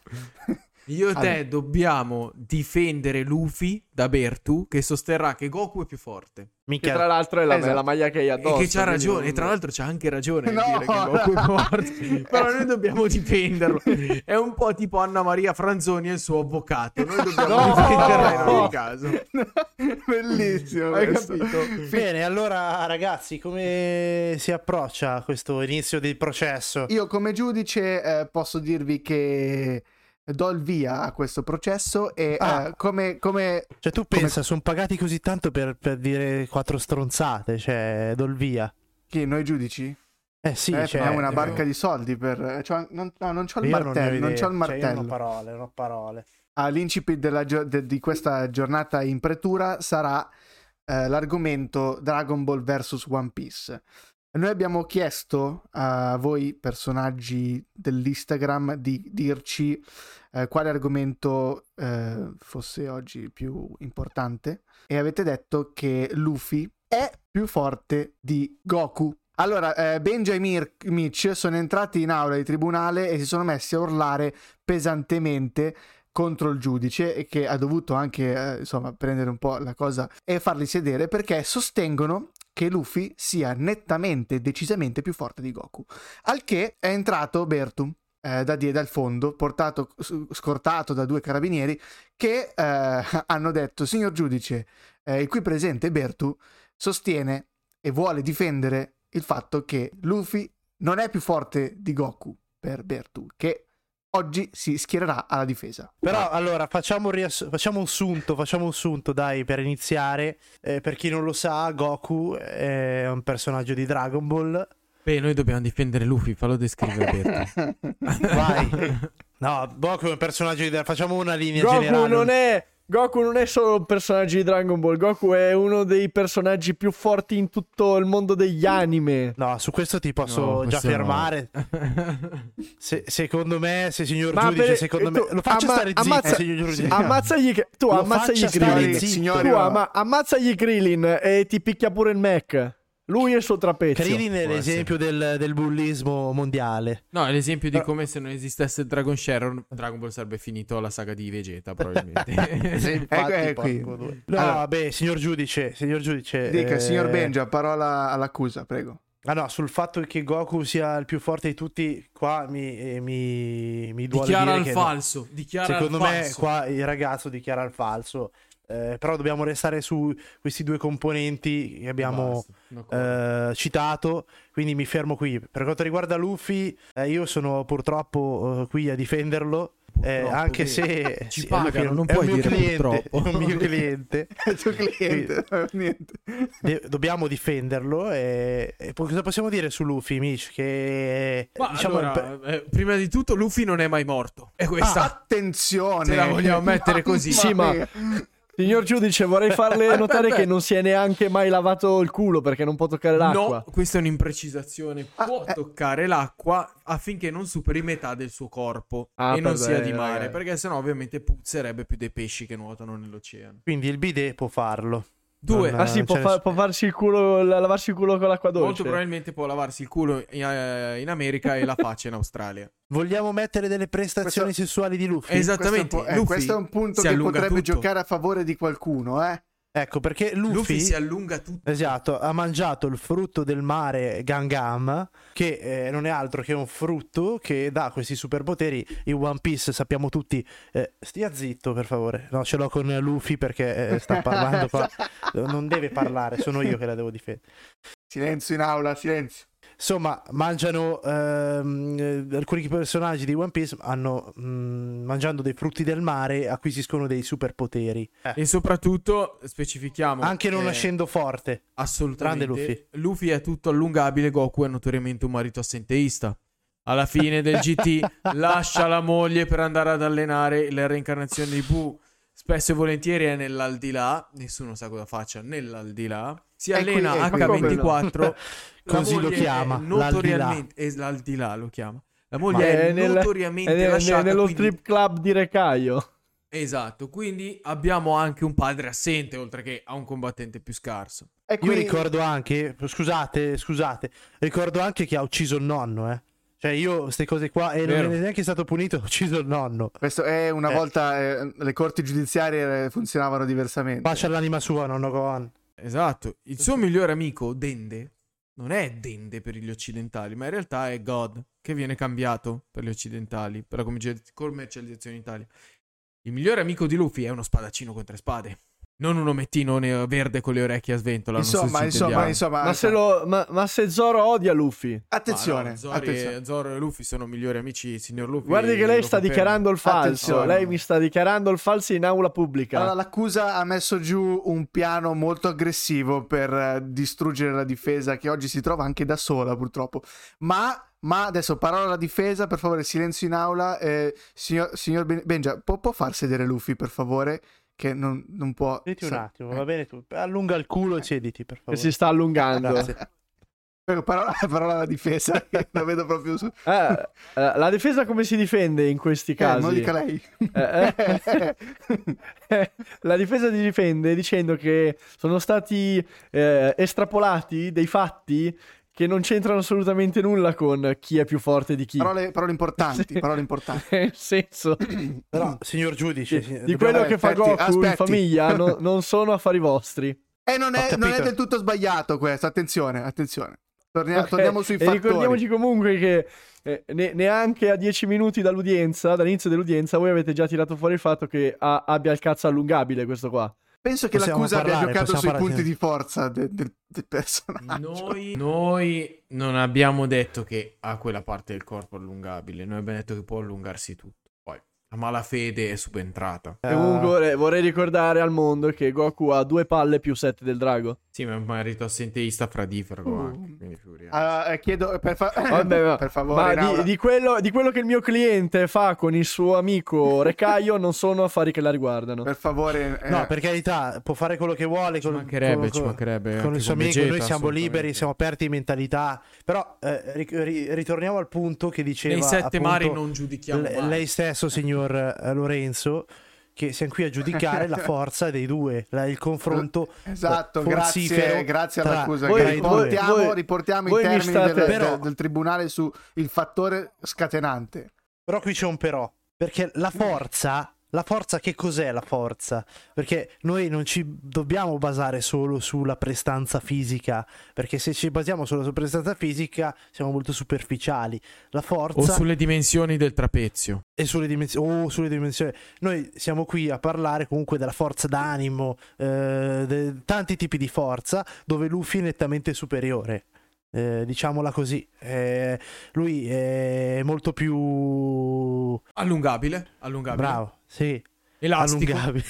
[SPEAKER 2] Io e te
[SPEAKER 3] Allora.
[SPEAKER 2] dobbiamo difendere Luffy da Bertu che sosterrà che Goku è più forte.
[SPEAKER 4] Che
[SPEAKER 1] Minchia,
[SPEAKER 4] tra l'altro è la,
[SPEAKER 3] Esatto.
[SPEAKER 4] la maglia che hai addosso.
[SPEAKER 2] e che c'ha
[SPEAKER 4] quindi
[SPEAKER 2] ragione,
[SPEAKER 4] non-
[SPEAKER 2] e tra l'altro c'ha anche ragione
[SPEAKER 3] No!
[SPEAKER 2] nel dire che Goku è forte. Però noi dobbiamo difenderlo. È un po' tipo Anna Maria Franzoni e il suo avvocato. Noi dobbiamo
[SPEAKER 3] No!
[SPEAKER 2] difenderla in ogni caso.
[SPEAKER 3] Bellissimo.
[SPEAKER 2] Hai
[SPEAKER 3] questo.
[SPEAKER 2] capito?
[SPEAKER 1] Bene, allora ragazzi, come si approccia questo inizio del processo?
[SPEAKER 3] Io come giudice eh, posso dirvi che do il via a questo processo e eh,
[SPEAKER 1] Ah.
[SPEAKER 3] come, come
[SPEAKER 1] Cioè, tu
[SPEAKER 3] Come-
[SPEAKER 1] pensa, sono pagati così tanto per, per dire quattro stronzate, cioè, dol via.
[SPEAKER 3] che noi giudici
[SPEAKER 1] Eh sì,
[SPEAKER 3] eh,
[SPEAKER 1] cioè,
[SPEAKER 3] abbiamo una
[SPEAKER 2] eh,
[SPEAKER 3] barca di soldi per... Cioè, non, no, non c'ho il
[SPEAKER 1] io ne ho
[SPEAKER 3] martello,
[SPEAKER 1] idea.
[SPEAKER 3] non, c'ho il
[SPEAKER 1] Cioè, io non ho
[SPEAKER 3] martello.
[SPEAKER 1] parole, non ho parole.
[SPEAKER 3] All'incipit della gio- de- di questa giornata in pretura sarà eh, l'argomento Dragon Ball vs One Piece. Noi abbiamo chiesto a voi personaggi dell'Instagram di dirci eh, quale argomento eh, fosse oggi più importante e avete detto che Luffy è più forte di Goku. Allora, eh, Benja e Mir- Mitch sono entrati in aula di tribunale e si sono messi a urlare pesantemente contro il giudice e che ha dovuto anche eh, insomma prendere un po' la cosa e farli sedere perché sostengono che Luffy sia nettamente decisamente più forte di Goku al che è entrato Bertu eh, da dietro dal fondo portato s- scortato da due carabinieri che eh, hanno detto signor giudice eh, il qui presente Bertu sostiene e vuole difendere il fatto che Luffy non è più forte di Goku per Bertu che oggi si schiererà alla difesa
[SPEAKER 1] Però allora facciamo un, riass- facciamo un sunto, facciamo un sunto dai per iniziare. Eh, per chi non lo sa, Goku è un personaggio di Dragon Ball.
[SPEAKER 2] Beh, noi dobbiamo difendere Luffy, fallo descrivere Bertu.
[SPEAKER 1] Vai. No, Goku è un personaggio di Dragon Facciamo una linea
[SPEAKER 4] Goku
[SPEAKER 1] generale.
[SPEAKER 4] non è. Goku non è solo un personaggio di Dragon Ball, Goku è uno dei personaggi più forti in tutto il mondo degli anime.
[SPEAKER 1] No, su questo ti posso
[SPEAKER 2] No, questo
[SPEAKER 1] già
[SPEAKER 2] no.
[SPEAKER 1] fermare. Se- secondo me, se signor
[SPEAKER 4] Ma
[SPEAKER 1] giudice,
[SPEAKER 4] per-
[SPEAKER 1] secondo
[SPEAKER 4] e
[SPEAKER 1] me.
[SPEAKER 4] tu
[SPEAKER 1] Lo faccio
[SPEAKER 4] amma-
[SPEAKER 1] stare zitto,
[SPEAKER 4] ammazza-
[SPEAKER 1] signor giudice.
[SPEAKER 3] sì.
[SPEAKER 4] Ammazzagli, tu
[SPEAKER 1] Lo
[SPEAKER 4] ammazzagli
[SPEAKER 1] faccia stare
[SPEAKER 4] Krillin.
[SPEAKER 1] zitto.
[SPEAKER 3] signori,
[SPEAKER 4] Tu
[SPEAKER 3] no.
[SPEAKER 4] amma- ammazzagli Krillin e ti picchia pure il Mac. Lui è il suo trapezio.
[SPEAKER 1] Krillin è
[SPEAKER 2] può
[SPEAKER 1] l'esempio del, del bullismo mondiale.
[SPEAKER 2] No, è l'esempio di
[SPEAKER 1] Però-
[SPEAKER 2] come se non esistesse Dragon Sharon, Dragon Ball sarebbe finito la saga di Vegeta, probabilmente.
[SPEAKER 3] Ecco- ecco qui.
[SPEAKER 1] Eh, porco due. No,
[SPEAKER 3] Allora-
[SPEAKER 1] vabbè, signor giudice, signor giudice.
[SPEAKER 3] Dica,
[SPEAKER 1] eh,
[SPEAKER 3] signor Benja, parola all'accusa, prego.
[SPEAKER 1] Ah no, sul fatto che Goku sia il più forte di tutti, qua mi, eh, mi, mi duole
[SPEAKER 2] dichiara
[SPEAKER 1] dire
[SPEAKER 2] il
[SPEAKER 1] che no.
[SPEAKER 2] falso, dichiara
[SPEAKER 1] Secondo
[SPEAKER 2] il
[SPEAKER 1] me
[SPEAKER 2] falso.
[SPEAKER 1] qua il ragazzo dichiara il falso. Eh, però dobbiamo restare su questi due componenti che abbiamo
[SPEAKER 2] Basta, no,
[SPEAKER 1] eh, citato, quindi mi fermo qui. Per quanto riguarda Luffy, eh, io sono purtroppo eh, qui a difenderlo. eh,
[SPEAKER 2] Purtroppo,
[SPEAKER 1] anche
[SPEAKER 2] vero.
[SPEAKER 1] se
[SPEAKER 2] Ci
[SPEAKER 1] sì, è un mio
[SPEAKER 2] pagano, non
[SPEAKER 1] è un
[SPEAKER 2] puoi
[SPEAKER 1] mio
[SPEAKER 2] dire
[SPEAKER 1] cliente,
[SPEAKER 2] purtroppo.
[SPEAKER 1] è un mio cliente.
[SPEAKER 3] Il tuo cliente, niente.
[SPEAKER 1] De- dobbiamo difenderlo. E, e poi cosa possiamo dire su Luffy, Mitch? Che
[SPEAKER 2] Ma
[SPEAKER 1] diciamo, il pe-
[SPEAKER 2] allora, eh, prima di tutto Luffy non è mai morto. E
[SPEAKER 1] Ah,
[SPEAKER 2] questa
[SPEAKER 3] Ah, Attenzione!
[SPEAKER 2] Se la vogliamo mettere così.
[SPEAKER 4] Sì, ma-
[SPEAKER 1] Mm,
[SPEAKER 4] Signor giudice, vorrei farle notare che non si è neanche mai lavato il culo perché non può toccare l'acqua.
[SPEAKER 2] No, questa è un'imprecisazione.
[SPEAKER 3] Ah,
[SPEAKER 2] Può
[SPEAKER 3] eh.
[SPEAKER 2] toccare l'acqua affinché non superi metà del suo corpo
[SPEAKER 4] Ah,
[SPEAKER 2] e non
[SPEAKER 4] vabbè,
[SPEAKER 2] sia di mare,
[SPEAKER 4] ragazzi.
[SPEAKER 2] perché sennò ovviamente puzzerebbe più dei pesci che nuotano nell'oceano.
[SPEAKER 1] quindi il bidet può farlo.
[SPEAKER 2] Due,
[SPEAKER 1] Non-
[SPEAKER 4] Ah sì,
[SPEAKER 1] non
[SPEAKER 4] può,
[SPEAKER 1] c'è
[SPEAKER 4] fa-
[SPEAKER 1] nessuno.
[SPEAKER 4] può farsi il culo, la- lavarsi il culo con l'acqua
[SPEAKER 2] molto
[SPEAKER 4] dolce.
[SPEAKER 2] probabilmente può lavarsi il culo in, eh, in America e la faccia in Australia.
[SPEAKER 1] Vogliamo mettere delle prestazioni
[SPEAKER 3] Questo-
[SPEAKER 1] sessuali di Luffy?
[SPEAKER 3] Questo, è
[SPEAKER 2] Esattamente.
[SPEAKER 3] un po- eh,
[SPEAKER 2] Luffy
[SPEAKER 3] questo è un punto
[SPEAKER 2] si
[SPEAKER 3] che
[SPEAKER 2] allunga
[SPEAKER 3] potrebbe
[SPEAKER 2] tutto.
[SPEAKER 3] giocare a favore di qualcuno, eh?
[SPEAKER 1] Ecco, perché
[SPEAKER 2] Luffy,
[SPEAKER 1] Luffy,
[SPEAKER 2] si allunga tutto.
[SPEAKER 1] esatto, ha mangiato il frutto del mare Gangam, che eh, non è altro che un frutto che dà questi superpoteri. In One Piece sappiamo tutti. eh, stia zitto, per favore. No, ce l'ho con Luffy perché eh, sta parlando qua.
[SPEAKER 3] Cioè.
[SPEAKER 1] Non deve parlare, sono io che la devo difendere.
[SPEAKER 3] Silenzio in aula, silenzio.
[SPEAKER 1] Insomma, mangiano ehm, eh, alcuni personaggi di One Piece hanno mm, mangiando dei frutti del mare acquisiscono dei superpoteri. Eh,
[SPEAKER 2] E soprattutto specifichiamo
[SPEAKER 1] anche non
[SPEAKER 2] eh,
[SPEAKER 1] nascendo forte.
[SPEAKER 2] Assolutamente.
[SPEAKER 1] Grande Luffy.
[SPEAKER 2] è tutto allungabile, Goku è notoriamente un marito assenteista. Alla fine del GT lascia la moglie per andare ad allenare la reincarnazione di Buu. Spesso e volentieri è nell'aldilà, nessuno sa cosa faccia nell'aldilà. Si
[SPEAKER 3] È qui-
[SPEAKER 2] allena
[SPEAKER 3] è qui,
[SPEAKER 2] H24, La
[SPEAKER 1] Così lo
[SPEAKER 2] moglie
[SPEAKER 1] chiama,
[SPEAKER 2] è Notoriamente, eh, l'aldilà lo chiama. La moglie
[SPEAKER 4] Ma-
[SPEAKER 2] è,
[SPEAKER 4] È nel-
[SPEAKER 2] notoriamente
[SPEAKER 4] È ne-
[SPEAKER 2] lasciata
[SPEAKER 4] nello
[SPEAKER 2] quindi-
[SPEAKER 4] strip club di Recaio.
[SPEAKER 2] Esatto, quindi abbiamo anche un padre assente, oltre che a un combattente più scarso.
[SPEAKER 3] E
[SPEAKER 1] Io
[SPEAKER 3] qui-
[SPEAKER 1] ricordo anche, scusate, scusate, ricordo anche che ha ucciso il nonno, eh. Cioè, io queste cose qua e
[SPEAKER 2] Vero.
[SPEAKER 1] non è neanche stato punito, ho ucciso il nonno.
[SPEAKER 3] Questo è una
[SPEAKER 1] Eh.
[SPEAKER 3] volta eh, le corti giudiziarie eh, funzionavano diversamente.
[SPEAKER 1] Faccia l'anima sua, nonno Gohan.
[SPEAKER 2] Esatto. Il suo migliore amico, Dende, non è Dende per gli occidentali, ma in realtà è God, che viene cambiato per gli occidentali, per la commerci- commercializzazione in Italia. Il migliore amico di Luffy è uno spadaccino con tre spade. Non un omettino ne- verde con le orecchie a sventola. non so se
[SPEAKER 3] Insomma,
[SPEAKER 2] ci
[SPEAKER 3] insomma,
[SPEAKER 2] intendiamo.
[SPEAKER 3] insomma,
[SPEAKER 4] Ma se, lo- ma- ma se Zoro odia Luffy?
[SPEAKER 3] attenzione,
[SPEAKER 2] Ma no, Zoro,
[SPEAKER 3] attenzione.
[SPEAKER 2] E, Zoro e Luffy sono migliori amici, signor Luffy.
[SPEAKER 4] Guardi che lei
[SPEAKER 2] lo
[SPEAKER 4] sta
[SPEAKER 2] confermo.
[SPEAKER 4] dichiarando il falso.
[SPEAKER 3] Attenzione.
[SPEAKER 4] Lei mi sta dichiarando il falso in aula pubblica.
[SPEAKER 3] Allora, l'accusa ha messo giù un piano molto aggressivo per eh, distruggere la difesa che oggi si trova anche da sola purtroppo. Ma, ma adesso parola alla difesa, per favore silenzio in aula. Eh, signor signor Ben- Benja, può, può far sedere Luffy per favore? Che non, non può...
[SPEAKER 1] Sediti un
[SPEAKER 3] sa-
[SPEAKER 1] attimo, va bene tu. Allunga il culo e sediti, per
[SPEAKER 4] che
[SPEAKER 1] favore.
[SPEAKER 4] si sta allungando.
[SPEAKER 1] Grazie.
[SPEAKER 3] Eh, Parola, parola alla difesa, che la vedo proprio su...
[SPEAKER 4] Eh, eh, la difesa come si difende in questi
[SPEAKER 3] Eh, non
[SPEAKER 4] casi?
[SPEAKER 3] dica lei.
[SPEAKER 4] Eh, eh. Eh, la difesa si difende dicendo che sono stati eh, estrapolati dei fatti che non c'entrano assolutamente nulla con chi è più forte di chi.
[SPEAKER 3] Parole, parole importanti,
[SPEAKER 4] Sì.
[SPEAKER 3] parole importanti.
[SPEAKER 4] Nel senso,
[SPEAKER 1] Però, signor giudice,
[SPEAKER 4] di-
[SPEAKER 1] signor-
[SPEAKER 4] di
[SPEAKER 1] dobbiamo-
[SPEAKER 4] quello
[SPEAKER 3] eh,
[SPEAKER 4] che fa
[SPEAKER 3] aspetti,
[SPEAKER 4] Goku in
[SPEAKER 3] aspetti.
[SPEAKER 4] famiglia no- non sono affari vostri.
[SPEAKER 3] E Eh, non
[SPEAKER 1] Ho
[SPEAKER 3] è, non è
[SPEAKER 1] capito.
[SPEAKER 3] del tutto sbagliato questo, attenzione, attenzione. Tornia-
[SPEAKER 4] Ok,
[SPEAKER 3] Eh, Torniamo sui
[SPEAKER 4] e
[SPEAKER 3] fattori.
[SPEAKER 4] ricordiamoci comunque che eh, ne- neanche a 10 minuti dall'udienza, dall'inizio dell'udienza, voi avete già tirato fuori il fatto che ha- abbia il cazzo allungabile questo qua.
[SPEAKER 3] Penso che
[SPEAKER 1] Possiamo
[SPEAKER 3] l'accusa abbia
[SPEAKER 1] parlare,
[SPEAKER 3] giocato
[SPEAKER 1] possiamo
[SPEAKER 3] sui
[SPEAKER 1] parlare,
[SPEAKER 3] punti
[SPEAKER 1] sì.
[SPEAKER 3] di forza de- del- del personaggio.
[SPEAKER 2] Noi, noi non abbiamo detto che ha quella parte del corpo allungabile, noi abbiamo detto che può allungarsi tutto. Poi la malafede è subentrata.
[SPEAKER 3] Ah.
[SPEAKER 1] Eh,
[SPEAKER 4] E comunque vorrei, vorrei ricordare al mondo che Goku ha due palle più 7 del drago.
[SPEAKER 2] Sì, ma è un marito assenteista fradifergo
[SPEAKER 1] Oh.
[SPEAKER 3] Uh.
[SPEAKER 2] anche, quindi figuriamoci.
[SPEAKER 3] Ah, eh, chiedo per, fa-
[SPEAKER 4] Vabbè, ma-
[SPEAKER 3] per
[SPEAKER 4] ma
[SPEAKER 3] favore, in
[SPEAKER 4] di-
[SPEAKER 3] aula.
[SPEAKER 4] di, quello, di quello che il mio cliente fa con il suo amico Recaio non sono affari che la riguardano.
[SPEAKER 3] per favore, eh,
[SPEAKER 1] No, per carità, può fare quello che vuole.
[SPEAKER 2] ci
[SPEAKER 1] col-
[SPEAKER 2] mancherebbe,
[SPEAKER 1] col-
[SPEAKER 2] ci mancherebbe.
[SPEAKER 1] con
[SPEAKER 2] anche
[SPEAKER 1] il suo amico,
[SPEAKER 2] Vegeta,
[SPEAKER 1] noi siamo liberi,
[SPEAKER 2] assolutamente.
[SPEAKER 1] siamo aperti in mentalità. Però eh, ri- ri- ritorniamo al punto che diceva
[SPEAKER 2] Nei sette
[SPEAKER 1] appunto,
[SPEAKER 2] mari non giudichiamo
[SPEAKER 1] l-
[SPEAKER 2] mai.
[SPEAKER 1] lei stesso, signor eh, Lorenzo, che siamo qui a giudicare la forza dei due, la- il confronto.
[SPEAKER 3] esatto,
[SPEAKER 1] Forzifero
[SPEAKER 3] grazie, grazie
[SPEAKER 1] tra-
[SPEAKER 3] all'accusa.
[SPEAKER 1] Voi-
[SPEAKER 3] che
[SPEAKER 1] voi-
[SPEAKER 3] riportiamo
[SPEAKER 4] voi-
[SPEAKER 3] riportiamo i
[SPEAKER 4] voi mi
[SPEAKER 3] termini
[SPEAKER 4] state-
[SPEAKER 3] del,
[SPEAKER 1] Però-
[SPEAKER 3] del- del tribunale sul fattore scatenante.
[SPEAKER 1] Però qui c'è un però. Perché la forza. La forza, che cos'è la forza? Perché noi non ci dobbiamo basare solo sulla prestanza fisica, perché se ci basiamo solo sulla prestanza fisica siamo molto superficiali. La forza...
[SPEAKER 2] O sulle dimensioni del trapezio.
[SPEAKER 1] e sulle dimensioni, sulle dimensioni. Noi siamo qui a parlare comunque della forza d'animo, eh, de- tanti tipi di forza, dove Luffy è nettamente superiore. Eh, diciamola così, Eh, lui è molto più
[SPEAKER 2] Allungabile, allungabile.
[SPEAKER 1] bravo, sì,
[SPEAKER 2] Elastico.
[SPEAKER 1] allungabile.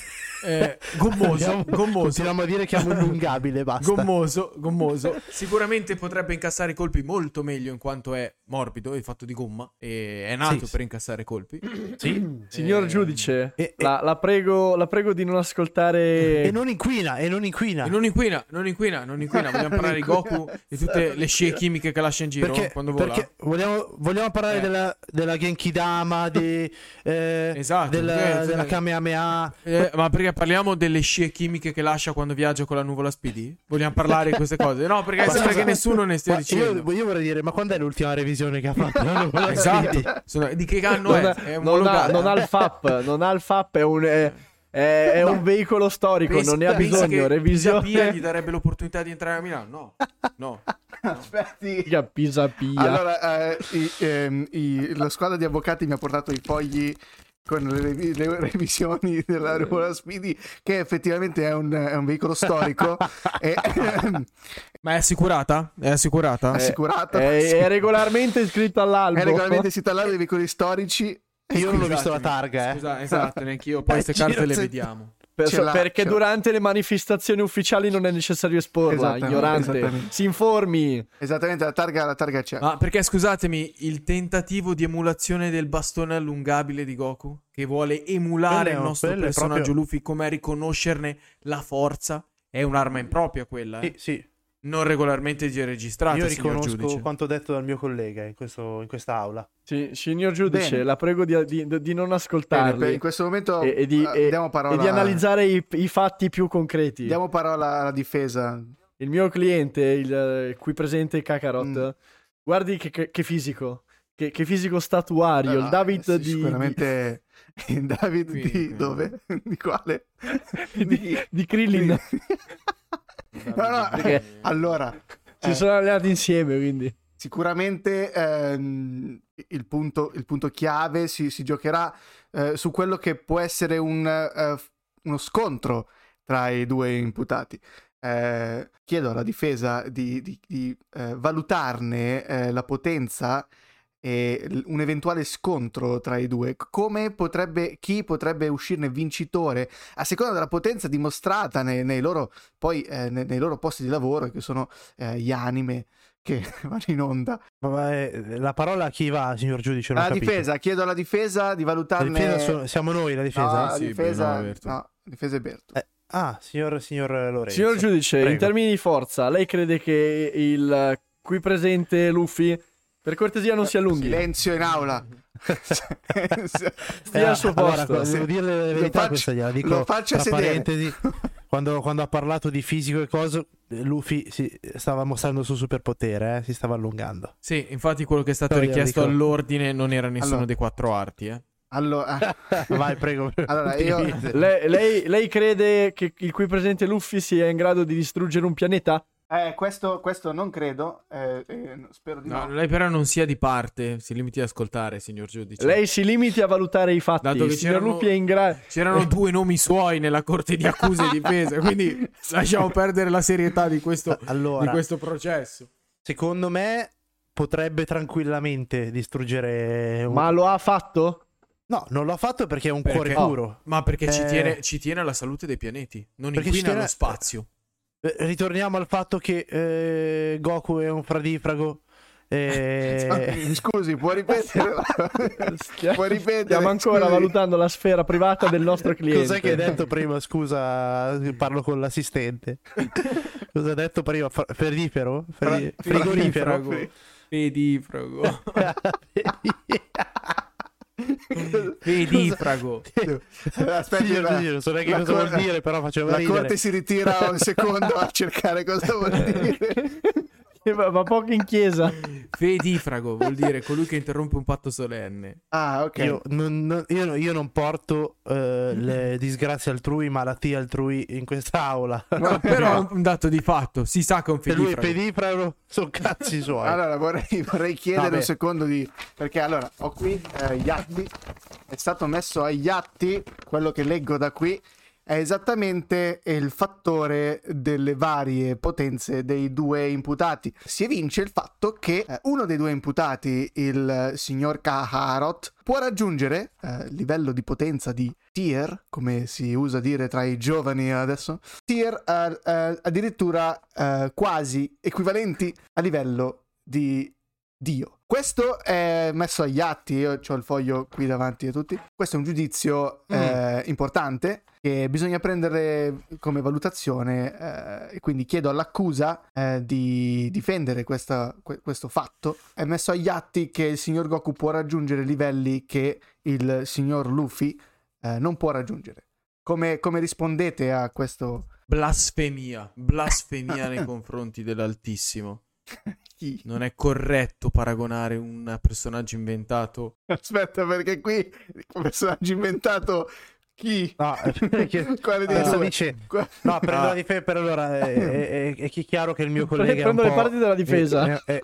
[SPEAKER 2] eh, gommoso,
[SPEAKER 1] Andiamo-
[SPEAKER 2] gommoso.
[SPEAKER 1] Continuiamo a dire che è allungabile, basta.
[SPEAKER 2] Gommoso, gommoso. Sicuramente potrebbe incassare i colpi molto meglio in quanto è morbido, è fatto di gomma e è nato
[SPEAKER 1] Sì, sì.
[SPEAKER 2] per incassare colpi.
[SPEAKER 4] Mm.
[SPEAKER 1] Sì.
[SPEAKER 4] Signor
[SPEAKER 2] Eh,
[SPEAKER 4] giudice,
[SPEAKER 1] e- e-
[SPEAKER 4] la, la prego, la prego di non ascoltare...
[SPEAKER 1] E non inquina, e non inquina.
[SPEAKER 2] E non inquina, non inquina, non inquina. Vogliamo parlare di Goku e tutte le scie chimiche che lascia in giro
[SPEAKER 1] Perché,
[SPEAKER 2] quando vola?
[SPEAKER 1] perché vogliamo, vogliamo parlare
[SPEAKER 2] Eh.
[SPEAKER 1] della, della Genkidama, di, eh,
[SPEAKER 2] Esatto,
[SPEAKER 1] della,
[SPEAKER 2] eh,
[SPEAKER 1] della
[SPEAKER 2] eh,
[SPEAKER 1] Kamehameha.
[SPEAKER 2] Eh, ma perché parliamo delle scie chimiche che lascia quando viaggia con la nuvola Speedy? Vogliamo parlare di queste cose? No, perché
[SPEAKER 1] Guarda,
[SPEAKER 2] sembra che
[SPEAKER 1] guarda.
[SPEAKER 2] nessuno ne stia
[SPEAKER 1] Ma
[SPEAKER 2] dicendo.
[SPEAKER 1] Io, io vorrei dire, ma quando è l'ultima revisione che ha fatto? Non lo so.
[SPEAKER 2] Esatto, Sono- di che anno
[SPEAKER 4] non,
[SPEAKER 2] è?
[SPEAKER 4] ha, non
[SPEAKER 2] È
[SPEAKER 4] ha-
[SPEAKER 2] omologata.
[SPEAKER 4] non ha il FAP, non ha il FAP, è un, è- è- è un veicolo storico,
[SPEAKER 2] Pensa-
[SPEAKER 4] non ne ha
[SPEAKER 2] pensa
[SPEAKER 4] bisogno.
[SPEAKER 2] che Pisapia gli
[SPEAKER 4] Revisione.
[SPEAKER 2] darebbe l'opportunità di entrare a Milano? No, no.
[SPEAKER 3] Aspetti.
[SPEAKER 4] Pia, Pisa Pia.
[SPEAKER 3] Allora, eh, i- ehm, i- la squadra di avvocati mi ha portato i fogli con le, revi- le revisioni
[SPEAKER 4] Eh.
[SPEAKER 3] della Ruola Speedy, che effettivamente è un, è un veicolo storico e,
[SPEAKER 2] Ma è assicurata? È assicurata?
[SPEAKER 4] Eh,
[SPEAKER 3] assicurato.
[SPEAKER 4] È,
[SPEAKER 3] sì.
[SPEAKER 4] è regolarmente iscritto all'albo.
[SPEAKER 3] È regolarmente si parla dei veicoli storici.
[SPEAKER 1] Io non ho visto la targa, eh.
[SPEAKER 2] Scusa, esatto, neanche io. Poi
[SPEAKER 1] Eh,
[SPEAKER 2] queste carte le
[SPEAKER 1] Giro-
[SPEAKER 2] vediamo.
[SPEAKER 4] Per-
[SPEAKER 3] ce l'ha,
[SPEAKER 4] perché
[SPEAKER 3] ce l'ha.
[SPEAKER 4] durante le manifestazioni ufficiali non è necessario esporla,
[SPEAKER 3] Esattamente,
[SPEAKER 4] ignorante.
[SPEAKER 3] esattamente.
[SPEAKER 4] Si informi.
[SPEAKER 3] Esattamente, la targa, la targa
[SPEAKER 4] Ah,
[SPEAKER 3] c'è.
[SPEAKER 2] Ma perché, scusatemi, il tentativo di emulazione del bastone allungabile di Goku, che vuole emulare
[SPEAKER 1] Quello-
[SPEAKER 2] il nostro
[SPEAKER 1] quello è
[SPEAKER 2] personaggio
[SPEAKER 1] proprio-
[SPEAKER 2] Luffy, come a riconoscerne la forza, è un'arma impropria quella, eh?
[SPEAKER 1] Sì, sì.
[SPEAKER 2] non regolarmente registrata,
[SPEAKER 1] Io
[SPEAKER 2] signor
[SPEAKER 1] riconosco
[SPEAKER 2] giudice.
[SPEAKER 1] quanto detto dal mio collega in, questo- in quest'aula.
[SPEAKER 4] Sì, signor giudice,
[SPEAKER 3] Bene.
[SPEAKER 4] la prego di, di- di non
[SPEAKER 3] Bene,
[SPEAKER 4] ascoltarli
[SPEAKER 3] per- in questo momento
[SPEAKER 4] e, e di,
[SPEAKER 3] eh,
[SPEAKER 4] e-
[SPEAKER 3] diamo parola,
[SPEAKER 4] e di analizzare i, i fatti più concreti.
[SPEAKER 3] diamo parola alla difesa.
[SPEAKER 4] Il mio cliente, il, eh, qui presente Kakarot,
[SPEAKER 3] Mm.
[SPEAKER 4] guardi che, che- che fisico, Che, che fisico statuario, il
[SPEAKER 3] Ah,
[SPEAKER 4] David
[SPEAKER 3] sì,
[SPEAKER 4] di- di,
[SPEAKER 3] Sicuramente il David
[SPEAKER 2] Qui,
[SPEAKER 3] di
[SPEAKER 2] qui.
[SPEAKER 3] dove? Di quale?
[SPEAKER 4] di, di Krillin.
[SPEAKER 2] Eh,
[SPEAKER 3] No, no,
[SPEAKER 4] Perché-
[SPEAKER 3] allora,
[SPEAKER 4] Si
[SPEAKER 3] eh,
[SPEAKER 4] sono alleati insieme, quindi.
[SPEAKER 3] sicuramente ehm, il, punto, il punto chiave si, si giocherà eh, su quello che può essere un, eh, f- uno scontro tra i due imputati. Eh, chiedo alla difesa di, di- di, eh, valutarne eh, la potenza e l- un eventuale scontro tra i due. C- Come potrebbe, chi potrebbe uscirne vincitore a seconda della potenza dimostrata nei, nei loro, poi, eh, nei- nei loro posti di lavoro, che sono eh, gli anime che vanno in onda.
[SPEAKER 1] Ma- Ma eh, la parola a chi va, signor giudice? Non ho
[SPEAKER 3] Alla
[SPEAKER 1] capito.
[SPEAKER 3] difesa, chiedo alla difesa di
[SPEAKER 1] La
[SPEAKER 3] valutarne...
[SPEAKER 1] difesa sono- siamo noi, la
[SPEAKER 3] No,
[SPEAKER 1] difesa.
[SPEAKER 3] la
[SPEAKER 2] Sì,
[SPEAKER 3] difesa...
[SPEAKER 2] Bruno Berto.
[SPEAKER 3] no, difesa è Berto.
[SPEAKER 1] Eh, ah, signor, signor Lorenzo.
[SPEAKER 4] Signor giudice, in
[SPEAKER 1] Prego.
[SPEAKER 4] termini di forza, lei crede che il eh, qui presente Luffy, per cortesia,
[SPEAKER 3] Eh,
[SPEAKER 4] non si allunghi?
[SPEAKER 3] Silenzio in aula.
[SPEAKER 4] Stia al suo
[SPEAKER 1] allora,
[SPEAKER 4] posto.
[SPEAKER 1] devo dire la
[SPEAKER 3] Lo
[SPEAKER 1] verità,
[SPEAKER 3] faccio-
[SPEAKER 1] questa gliela dico
[SPEAKER 3] lo faccio
[SPEAKER 1] tra
[SPEAKER 3] sedere.
[SPEAKER 1] parentesi. Quando, quando ha parlato di fisico e cose, Luffy si stava mostrando il suo superpotere, eh, si stava allungando.
[SPEAKER 2] Sì, infatti quello che è stato
[SPEAKER 1] Sorry,
[SPEAKER 2] richiesto
[SPEAKER 1] Enrico.
[SPEAKER 2] all'ordine non era nessuno
[SPEAKER 3] Allora.
[SPEAKER 2] dei quattro arti, eh.
[SPEAKER 3] allora,
[SPEAKER 1] Vai, prego.
[SPEAKER 3] allora io...
[SPEAKER 4] Lei, lei- lei crede che il qui presente Luffy sia in grado di distruggere un pianeta?
[SPEAKER 3] Eh, questo, questo non credo, eh, eh, spero di
[SPEAKER 2] No,
[SPEAKER 3] no.
[SPEAKER 2] lei però non sia di parte, si limiti ad ascoltare, signor giudice.
[SPEAKER 4] Lei si limiti a valutare i fatti.
[SPEAKER 2] Dato
[SPEAKER 4] Il
[SPEAKER 2] che
[SPEAKER 4] signor
[SPEAKER 2] c'erano-
[SPEAKER 4] Luffy è in grado.
[SPEAKER 2] C'erano due nomi suoi nella corte di accusa e difesa, quindi lasciamo perdere la serietà di questo,
[SPEAKER 1] Allora,
[SPEAKER 2] di questo processo.
[SPEAKER 1] secondo me potrebbe tranquillamente distruggere un...
[SPEAKER 4] Ma lo ha fatto?
[SPEAKER 1] No, non l'ha fatto perché è un
[SPEAKER 2] Perché-
[SPEAKER 1] cuore puro.
[SPEAKER 2] Ma perché ci,
[SPEAKER 1] Eh.
[SPEAKER 2] tiene, ci tiene alla salute dei pianeti, non
[SPEAKER 1] Perché ci
[SPEAKER 2] inquina
[SPEAKER 1] tiene-
[SPEAKER 2] lo spazio.
[SPEAKER 1] Eh, Ritorniamo al fatto che eh, Goku è un fradifrago. eh,
[SPEAKER 3] Mi Scusi, può ripetere?
[SPEAKER 4] Stia-
[SPEAKER 3] puoi ripetere,
[SPEAKER 4] Stiamo ancora
[SPEAKER 3] scusi?
[SPEAKER 4] valutando la sfera privata del nostro cliente.
[SPEAKER 1] Cos'è che hai detto prima? Scusa, parlo con l'assistente. Cosa hai detto prima? Fra- Ferrifero? Fri-
[SPEAKER 3] Fra-
[SPEAKER 1] frigorifero?
[SPEAKER 3] frigorifero.
[SPEAKER 2] Pedifrago. Pedifrago.
[SPEAKER 3] Eh, Aspetti,
[SPEAKER 1] Signor
[SPEAKER 3] la-
[SPEAKER 1] Giudice, non so neanche
[SPEAKER 3] la
[SPEAKER 1] cosa
[SPEAKER 3] cor-
[SPEAKER 1] vuol dire, però faceva
[SPEAKER 3] La
[SPEAKER 1] ridere.
[SPEAKER 3] corte si ritira un secondo a cercare cosa vuol dire.
[SPEAKER 4] Eh, Va, va poco in chiesa.
[SPEAKER 2] Pedifrago vuol dire colui che interrompe un patto solenne.
[SPEAKER 3] Ah, ok.
[SPEAKER 1] Io non, non- io no- io non porto eh, le disgrazie altrui, malattie altrui in quest'aula.
[SPEAKER 2] No, però è un dato di fatto, si sa che è un
[SPEAKER 1] Se Cioè, lui è
[SPEAKER 2] pedifrago.
[SPEAKER 1] pedifrago, sono cazzi suoi.
[SPEAKER 3] Allora vorrei, vorrei chiedere
[SPEAKER 1] Vabbè.
[SPEAKER 3] un secondo di... Perché allora ho qui eh, Iatti, è stato messo a Iatti, quello che leggo da qui è esattamente il fattore delle varie potenze dei due imputati. Si evince il fatto che eh, uno dei due imputati, il eh, signor Kaharot, può raggiungere eh, livello di potenza di tier, come si usa dire tra i giovani adesso, tier eh, eh, addirittura eh, quasi equivalenti a livello di Dio. Questo è messo agli atti, io ho il foglio qui davanti a tutti. Questo è un giudizio eh, importante che bisogna prendere come valutazione eh, e quindi chiedo all'accusa eh, di difendere questa- que- questo fatto. È messo agli atti che il signor Goku può raggiungere livelli che il signor Luffy eh, non può raggiungere. Come, come rispondete a questo?
[SPEAKER 2] Blasfemia, blasfemia nei confronti dell'Altissimo.
[SPEAKER 3] Chi?
[SPEAKER 2] Non è corretto paragonare un personaggio inventato.
[SPEAKER 3] Aspetta, perché qui personaggio inventato chi?
[SPEAKER 1] No, eh, perché-
[SPEAKER 3] Quale dei
[SPEAKER 1] cosa
[SPEAKER 3] due?
[SPEAKER 1] dice?
[SPEAKER 3] Qua-
[SPEAKER 1] No, prendo
[SPEAKER 2] Ah.
[SPEAKER 1] la difesa per allora è, è- è- è chiaro che il mio collega è un
[SPEAKER 4] Prendo le
[SPEAKER 1] po'- Eh,
[SPEAKER 4] parti della difesa.
[SPEAKER 1] è- è-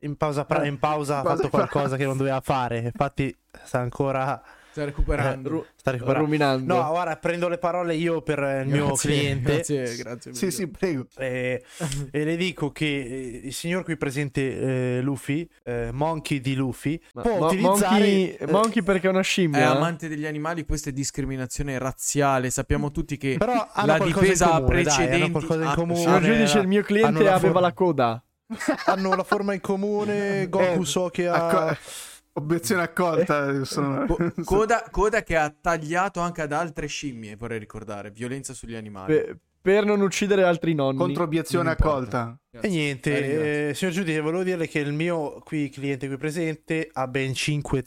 [SPEAKER 1] in pausa, pra- in pausa ha
[SPEAKER 3] Pausa
[SPEAKER 1] fatto
[SPEAKER 3] pra-
[SPEAKER 1] qualcosa che non doveva fare, infatti sta ancora
[SPEAKER 2] Sta recuperando.
[SPEAKER 4] Ru-
[SPEAKER 1] sta recuperando.
[SPEAKER 4] ruminando.
[SPEAKER 1] No, ora prendo le parole io per eh, il mio
[SPEAKER 2] Grazie,
[SPEAKER 1] cliente
[SPEAKER 2] Grazie, grazie.
[SPEAKER 3] Sì,
[SPEAKER 2] mille.
[SPEAKER 3] sì, prego.
[SPEAKER 1] eh, e le dico che eh, il signor qui presente eh, Luffy, eh, Monkey di Luffy,
[SPEAKER 4] Ma-
[SPEAKER 1] può
[SPEAKER 4] mo-
[SPEAKER 1] utilizzare
[SPEAKER 4] Monkey,
[SPEAKER 1] eh,
[SPEAKER 4] Monkey perché è una
[SPEAKER 2] È
[SPEAKER 4] scimmia. eh?
[SPEAKER 2] amante degli animali, questa è discriminazione razziale. Sappiamo tutti che
[SPEAKER 1] però hanno
[SPEAKER 2] la
[SPEAKER 1] qualcosa in
[SPEAKER 2] difesa ha
[SPEAKER 1] comune, dai, hanno
[SPEAKER 2] precedenti-
[SPEAKER 1] qualcosa in
[SPEAKER 2] ah,
[SPEAKER 1] comune.
[SPEAKER 4] Signor giudice,
[SPEAKER 1] la-
[SPEAKER 4] il mio
[SPEAKER 1] hanno
[SPEAKER 4] cliente
[SPEAKER 1] la
[SPEAKER 4] aveva
[SPEAKER 1] forma-
[SPEAKER 4] la coda.
[SPEAKER 1] hanno la forma in comune, Goku
[SPEAKER 3] Eh,
[SPEAKER 1] so che
[SPEAKER 3] a
[SPEAKER 1] ha...
[SPEAKER 3] co- Obiezione accolta. sono-
[SPEAKER 2] Co- coda, coda che ha tagliato anche ad altre scimmie, vorrei ricordare. Violenza sugli animali.
[SPEAKER 4] Per, per non uccidere altri nonni.
[SPEAKER 3] contro obiezione
[SPEAKER 2] non importa.
[SPEAKER 3] accolta.
[SPEAKER 1] E
[SPEAKER 2] Grazie.
[SPEAKER 1] niente,
[SPEAKER 2] La ringrazio.
[SPEAKER 1] eh, signor giudice, volevo dirle che il mio qui cliente qui presente ha ben 5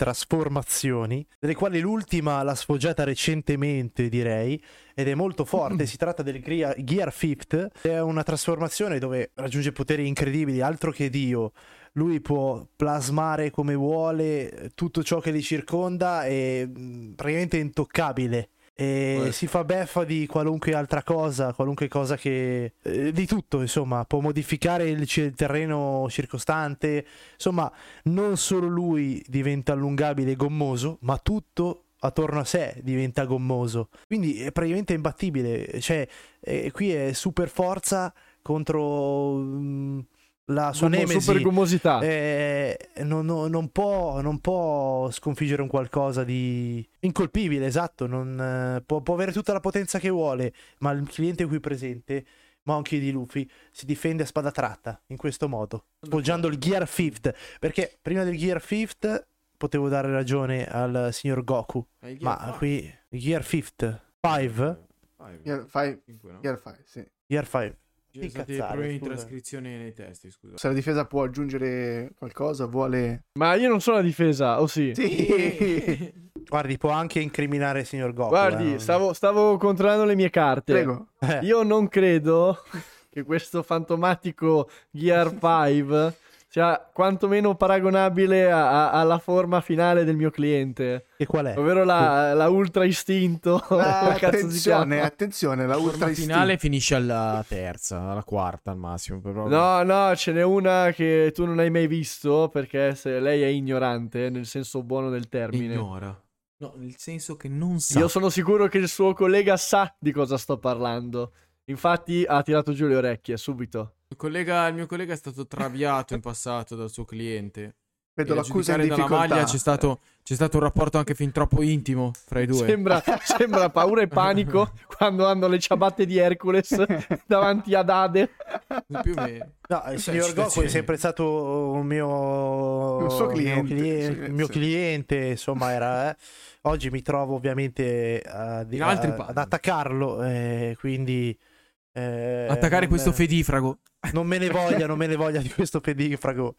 [SPEAKER 1] trasformazioni, delle quali l'ultima l'ha sfoggiata recentemente, direi, ed è molto forte. si tratta del Gria- Gear Fifth, è una trasformazione dove raggiunge poteri incredibili, altro che Dio. lui può plasmare come vuole eh, tutto ciò che li circonda è mh, praticamente intoccabile. E
[SPEAKER 2] Eh.
[SPEAKER 1] si fa beffa di qualunque altra cosa, qualunque cosa che... eh, di tutto, insomma, può modificare il, ci- il terreno circostante. Insomma, non solo lui diventa allungabile e gommoso, ma tutto attorno a sé diventa gommoso. Quindi è praticamente imbattibile. Cioè, eh, qui è super forza contro mm, la sua
[SPEAKER 4] Gommo-
[SPEAKER 1] nemesi.
[SPEAKER 4] super gommosità.
[SPEAKER 1] Eh, non, non- non può, non può sconfiggere un qualcosa di incolpibile, esatto, non, eh, può, può avere tutta la potenza che vuole, ma il cliente qui presente, Monkey di Luffy, si difende a spada tratta in questo modo, sfoggiando il Gear Fifth, perché prima del Gear Fifth potevo dare ragione al signor Goku, ma qui il Gear Fifth, 5,
[SPEAKER 3] Gear five.
[SPEAKER 2] Cinque, no?
[SPEAKER 3] Gear five, sì.
[SPEAKER 1] Gear 5.
[SPEAKER 2] Ci sono stati
[SPEAKER 1] cazzare,
[SPEAKER 2] problemi di
[SPEAKER 1] scusa.
[SPEAKER 2] trascrizione nei testi, scusa.
[SPEAKER 3] Se la difesa può aggiungere qualcosa, vuole...
[SPEAKER 4] Ma io non sono la difesa, o sì?
[SPEAKER 3] Sì!
[SPEAKER 1] Guardi, può anche incriminare il signor Goku. eh,
[SPEAKER 4] Guardi,
[SPEAKER 1] non-
[SPEAKER 4] stavo, stavo controllando le mie carte.
[SPEAKER 3] Prego.
[SPEAKER 1] Eh,
[SPEAKER 4] Io non credo che questo fantomatico Gear 5 sia quantomeno paragonabile a- a- alla forma finale del mio cliente,
[SPEAKER 1] Che qual è?
[SPEAKER 4] ovvero la, la Ultra Istinto.
[SPEAKER 3] Ah,
[SPEAKER 4] come Oh, cazzo si
[SPEAKER 3] attenzione, eh.
[SPEAKER 4] chiama.
[SPEAKER 3] attenzione, la ultra
[SPEAKER 2] La
[SPEAKER 3] istinto.
[SPEAKER 2] finale finisce alla terza, alla quarta al massimo. Però...
[SPEAKER 4] No, no, ce n'è una che tu non hai mai visto perché se lei è ignorante, nel senso buono del termine.
[SPEAKER 2] ignora. No, nel senso che non sa.
[SPEAKER 4] Io sono sicuro che il suo collega sa di cosa sto parlando. Infatti ha tirato giù le orecchie subito.
[SPEAKER 2] Il, collega- il mio collega è stato traviato in passato dal suo cliente.
[SPEAKER 3] Vedo
[SPEAKER 2] E a
[SPEAKER 3] l'accusa in
[SPEAKER 2] giudicare dalla
[SPEAKER 3] difficoltà.
[SPEAKER 2] maglia c'è stato, c'è stato un rapporto anche fin troppo intimo fra i due.
[SPEAKER 4] Sembra, sembra paura e panico quando hanno le ciabatte di Hercules davanti ad Ade.
[SPEAKER 2] Più o meno.
[SPEAKER 1] No, il
[SPEAKER 2] Cioè,
[SPEAKER 1] signor
[SPEAKER 2] ci-
[SPEAKER 1] Goku
[SPEAKER 2] sì.
[SPEAKER 1] è sempre stato un mio,
[SPEAKER 3] Un suo
[SPEAKER 1] mio
[SPEAKER 3] cliente,
[SPEAKER 1] clien-
[SPEAKER 3] sì,
[SPEAKER 1] mio
[SPEAKER 3] sì.
[SPEAKER 1] cliente, insomma, era. eh. Oggi mi trovo ovviamente a- di-
[SPEAKER 2] In altri
[SPEAKER 1] a-
[SPEAKER 2] panni.
[SPEAKER 1] ad attaccarlo, eh, quindi. eh,
[SPEAKER 2] Attaccare
[SPEAKER 1] non-
[SPEAKER 2] questo fedifrago.
[SPEAKER 1] Non me ne voglia, non me ne voglia di questo pedifrago.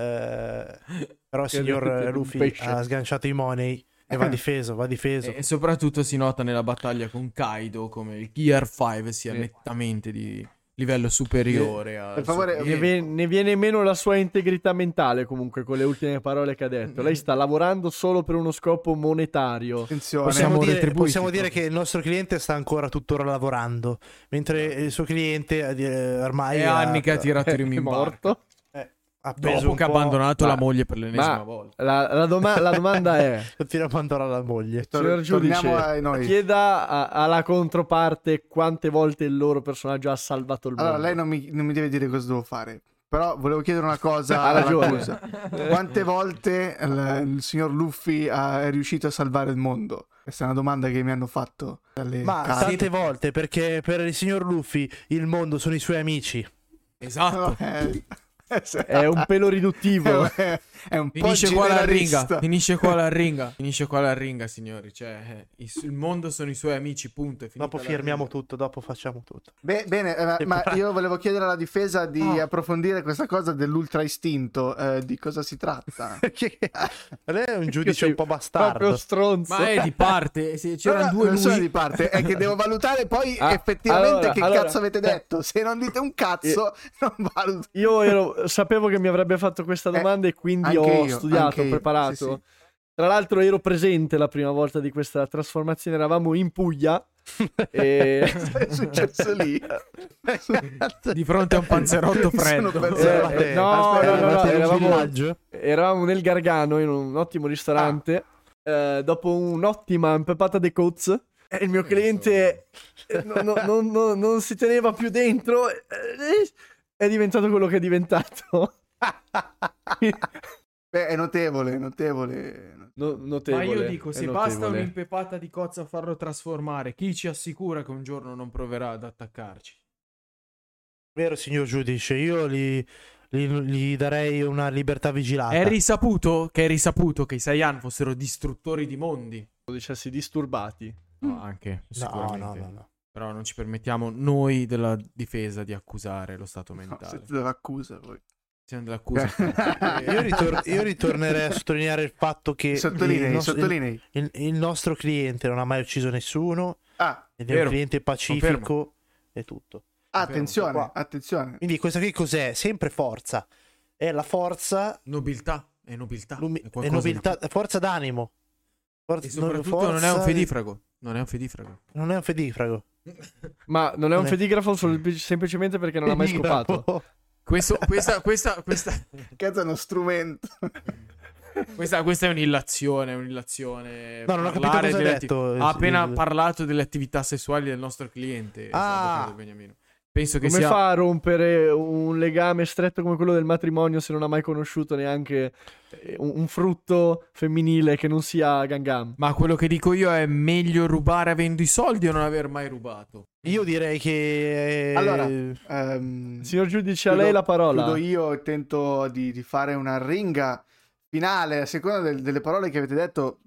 [SPEAKER 1] Eh, però il
[SPEAKER 4] Che
[SPEAKER 1] signor
[SPEAKER 4] è
[SPEAKER 1] eh,
[SPEAKER 4] un
[SPEAKER 1] Luffy
[SPEAKER 4] pesce.
[SPEAKER 1] ha sganciato i money e
[SPEAKER 2] Eh.
[SPEAKER 1] va difeso, va difeso.
[SPEAKER 2] E, e soprattutto si nota nella battaglia con Kaido come il Gear 5 sia
[SPEAKER 4] Sì.
[SPEAKER 2] nettamente di livello superiore. al
[SPEAKER 3] Per favore,
[SPEAKER 2] suo
[SPEAKER 4] Ne,
[SPEAKER 2] cliente.
[SPEAKER 4] ve- ne viene meno la sua integrità mentale comunque con le ultime parole che ha detto. Lei sta lavorando solo per uno scopo monetario.
[SPEAKER 3] Attenzione.
[SPEAKER 1] Possiamo,
[SPEAKER 2] Siamo
[SPEAKER 1] dire,
[SPEAKER 2] retribuiti,
[SPEAKER 1] possiamo dire
[SPEAKER 2] proprio.
[SPEAKER 1] che il nostro cliente sta ancora tuttora lavorando, mentre il suo cliente eh, ormai
[SPEAKER 2] Esatto. È anni che ha tirato il
[SPEAKER 4] È
[SPEAKER 2] rim in barca.
[SPEAKER 4] morto.
[SPEAKER 1] ha preso
[SPEAKER 2] Dopo
[SPEAKER 1] Eh, ah, un
[SPEAKER 2] che ha
[SPEAKER 1] po'-
[SPEAKER 2] abbandonato
[SPEAKER 4] Ma-
[SPEAKER 2] la moglie per l'ennesima
[SPEAKER 4] ma-
[SPEAKER 2] volta.
[SPEAKER 4] La, la doma- la domanda è...
[SPEAKER 1] Continua a abbandonare la moglie.
[SPEAKER 3] Tor-
[SPEAKER 4] Signor giudice,
[SPEAKER 3] torniamo a noi.
[SPEAKER 4] Chieda a- alla controparte quante volte il loro personaggio ha salvato il mondo.
[SPEAKER 3] Allora, lei non mi, non mi deve dire cosa devo fare. Però volevo chiedere una cosa
[SPEAKER 4] Ha ragione.
[SPEAKER 3] all'accusa. Quante volte il, il signor Luffy ha- è riuscito a salvare il mondo? Questa è una domanda che mi hanno fatto dalle
[SPEAKER 1] Ma
[SPEAKER 3] case.
[SPEAKER 1] tante volte, perché per il signor Luffy il mondo sono i suoi amici.
[SPEAKER 2] Esatto.
[SPEAKER 3] Eh,
[SPEAKER 4] È un pelo riduttivo.
[SPEAKER 3] è, è un po'
[SPEAKER 2] Finisce qua la ringa.
[SPEAKER 3] generalista.
[SPEAKER 2] Finisce qua la ringa. Finisce qua la ringa, signori. Cioè, eh, il il mondo sono i suoi amici, punto. È finita
[SPEAKER 1] Dopo
[SPEAKER 2] la
[SPEAKER 1] firmiamo
[SPEAKER 2] ringa.
[SPEAKER 1] tutto, dopo facciamo tutto.
[SPEAKER 3] Beh, bene, eh, ma io volevo chiedere alla difesa di
[SPEAKER 1] Ah.
[SPEAKER 3] approfondire questa cosa dell'ultra istinto, eh, di cosa si tratta.
[SPEAKER 1] Perché lei è un giudice un po'
[SPEAKER 4] Proprio
[SPEAKER 1] bastardo.
[SPEAKER 4] stronzo.
[SPEAKER 2] Ma è di parte. eh, se c'erano
[SPEAKER 3] No, no,
[SPEAKER 2] due
[SPEAKER 3] non sono
[SPEAKER 2] lui.
[SPEAKER 3] di parte, è che devo valutare poi
[SPEAKER 4] Ah,
[SPEAKER 3] effettivamente
[SPEAKER 4] allora,
[SPEAKER 3] che
[SPEAKER 4] allora.
[SPEAKER 3] cazzo avete detto. Se non dite un cazzo, non valuto.
[SPEAKER 4] Io ero- sapevo che mi avrebbe fatto questa domanda e quindi
[SPEAKER 3] Eh, anche
[SPEAKER 4] ho
[SPEAKER 3] io, anche
[SPEAKER 4] studiato, ho
[SPEAKER 3] io,
[SPEAKER 4] preparato.
[SPEAKER 3] sì, sì.
[SPEAKER 4] Tra l'altro ero presente la prima volta di questa trasformazione, eravamo in Puglia Eh,
[SPEAKER 1] Eh,
[SPEAKER 4] e...
[SPEAKER 3] Cosa è successo lì?
[SPEAKER 2] Di fronte a un panzerotto
[SPEAKER 3] Sono
[SPEAKER 2] freddo.
[SPEAKER 3] pensato-
[SPEAKER 4] Eh, eh, no,
[SPEAKER 3] aspetta,
[SPEAKER 4] no, no, no,
[SPEAKER 1] eravate in un
[SPEAKER 4] eravamo-
[SPEAKER 1] villaggio?
[SPEAKER 4] Eravamo nel Gargano in un ottimo ristorante.
[SPEAKER 3] Ah.
[SPEAKER 4] eh, dopo un'ottima impepata de Coats, eh, il mio cliente eh, no- no- non, non- non si teneva più dentro. eh, eh, È diventato quello che è diventato.
[SPEAKER 3] Beh, è notevole, è notevole.
[SPEAKER 4] No-
[SPEAKER 2] Ma
[SPEAKER 4] notevole,
[SPEAKER 2] io dico,
[SPEAKER 4] è
[SPEAKER 2] se basta
[SPEAKER 4] notevole.
[SPEAKER 2] un'impepata di cozza a farlo trasformare, chi ci assicura che un giorno non proverà ad attaccarci?
[SPEAKER 1] Vero, signor giudice, io gli, gli- gli darei una libertà vigilata.
[SPEAKER 2] È risaputo che è risaputo che i Saiyan fossero distruttori di mondi.
[SPEAKER 4] Dicessi disturbati.
[SPEAKER 2] No, anche,
[SPEAKER 1] No,
[SPEAKER 2] sicuramente.
[SPEAKER 1] no, no, no.
[SPEAKER 2] Però non ci permettiamo noi della difesa di accusare lo stato
[SPEAKER 3] No,
[SPEAKER 2] mentale.
[SPEAKER 3] sentite l'accusa voi.
[SPEAKER 2] Siamo dell'accusa. Eh,
[SPEAKER 1] Io, ritor- io ritornerei a sottolineare il fatto che il,
[SPEAKER 3] Sottolinei,
[SPEAKER 1] nos-
[SPEAKER 3] sottolinei.
[SPEAKER 1] il- il nostro cliente non ha mai ucciso nessuno,
[SPEAKER 3] Ah,
[SPEAKER 1] ed è un
[SPEAKER 2] Vero,
[SPEAKER 1] cliente pacifico e tutto.
[SPEAKER 3] attenzione,
[SPEAKER 1] Qua.
[SPEAKER 3] attenzione.
[SPEAKER 1] Quindi questa qui cos'è? Sempre forza. è la forza,
[SPEAKER 2] Nobiltà. È nobiltà.
[SPEAKER 1] lumi-
[SPEAKER 2] è
[SPEAKER 1] e
[SPEAKER 2] qualcosa di
[SPEAKER 1] nobiltà- forza d'animo.
[SPEAKER 2] più.
[SPEAKER 1] Forza-
[SPEAKER 2] E soprattutto
[SPEAKER 1] forza-
[SPEAKER 2] non è un fedifrago. Non è un fedifrago.
[SPEAKER 1] Non è un fedifrago.
[SPEAKER 4] Ma non è un
[SPEAKER 1] Eh.
[SPEAKER 4] fedigrafo sol- semplicemente perché non l'ha mai scopato.
[SPEAKER 2] Questo, questa, questa, questa,
[SPEAKER 3] Cazzo, è uno strumento.
[SPEAKER 2] questa, questa è un'illazione. è Un'illazione.
[SPEAKER 1] No, non ho capito
[SPEAKER 2] Parlare
[SPEAKER 1] cosa hai
[SPEAKER 2] delle atti-
[SPEAKER 1] detto, eh,
[SPEAKER 2] Ha appena
[SPEAKER 1] sì.
[SPEAKER 2] parlato delle attività sessuali del nostro cliente.
[SPEAKER 1] Ah.
[SPEAKER 2] avvocato Beniamino. Penso che
[SPEAKER 4] Come
[SPEAKER 2] sia.
[SPEAKER 4] fa a rompere un legame stretto come quello del matrimonio se non ha mai conosciuto neanche eh, un, un frutto femminile che non sia Gangam?
[SPEAKER 2] Ma quello che dico io è meglio rubare avendo i soldi o non aver mai rubato.
[SPEAKER 1] Io direi che...
[SPEAKER 3] Allora,
[SPEAKER 1] eh,
[SPEAKER 3] Ehm,
[SPEAKER 4] Signor giudice, a
[SPEAKER 3] chiudo-
[SPEAKER 4] lei la parola.
[SPEAKER 3] chiudo io e tento di, di fare una ringa finale a seconda del- delle parole che avete detto.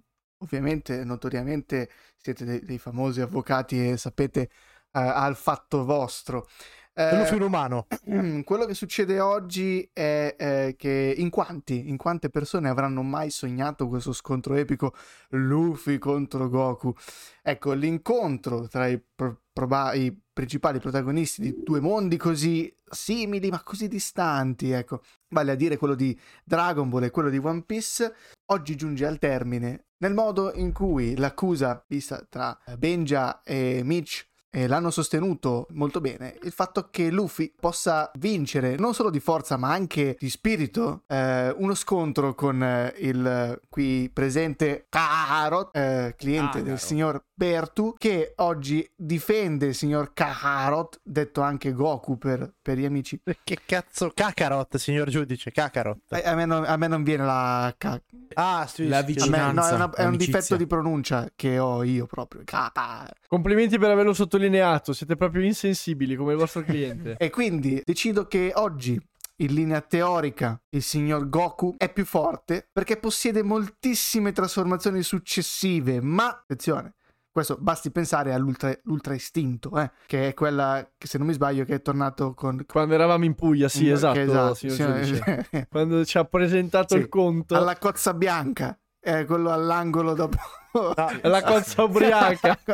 [SPEAKER 3] Ovviamente, notoriamente, siete dei, dei famosi avvocati e sapete eh, al fatto vostro. Eh,
[SPEAKER 1] Quello più umano.
[SPEAKER 3] Ehm, quello che succede oggi è eh, che in quanti, in quante persone avranno mai sognato questo scontro epico Luffy contro Goku? Ecco, l'incontro tra i, pro- proba- i principali protagonisti di due mondi così simili ma così distanti, ecco, vale a dire quello di Dragon Ball e quello di One Piece, oggi giunge al termine nel modo in cui l'accusa vista tra Benja e Mitch e l'hanno sostenuto molto bene il fatto che Luffy possa vincere non solo di forza ma anche di spirito eh, uno scontro con eh, il eh, qui presente Kakarot eh, cliente
[SPEAKER 2] Kakarot.
[SPEAKER 3] del signor Bertu che oggi difende il signor Kakarot detto anche Goku per, per gli amici
[SPEAKER 1] Che cazzo? Cacarot, signor giudice, Cacarot.
[SPEAKER 3] Eh, a, me non, a me non viene la K-
[SPEAKER 1] Ah, sì,
[SPEAKER 2] La
[SPEAKER 1] sì,
[SPEAKER 3] a
[SPEAKER 2] vicina-
[SPEAKER 3] me- no, è, una- è un
[SPEAKER 2] amicizia.
[SPEAKER 3] difetto di pronuncia che ho io proprio Kaka-
[SPEAKER 4] Complimenti per averlo sottolineato, siete proprio insensibili come il vostro cliente.
[SPEAKER 3] E quindi decido che oggi, in linea teorica, il signor Goku è più forte perché possiede moltissime trasformazioni successive. Ma attenzione. Questo basti pensare all'ultra l'ultra istinto, eh, che è quella che se non mi sbaglio che è tornato con...
[SPEAKER 4] Quando eravamo in Puglia, sì,
[SPEAKER 3] che-
[SPEAKER 4] esatto,
[SPEAKER 3] esatto,
[SPEAKER 4] signor
[SPEAKER 3] signor-
[SPEAKER 4] giudice. Quando ci ha presentato
[SPEAKER 3] Sì,
[SPEAKER 4] il conto,
[SPEAKER 3] alla cozza bianca, eh, quello all'angolo dopo...
[SPEAKER 1] No,
[SPEAKER 4] la cozza ubriaca.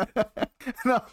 [SPEAKER 3] no,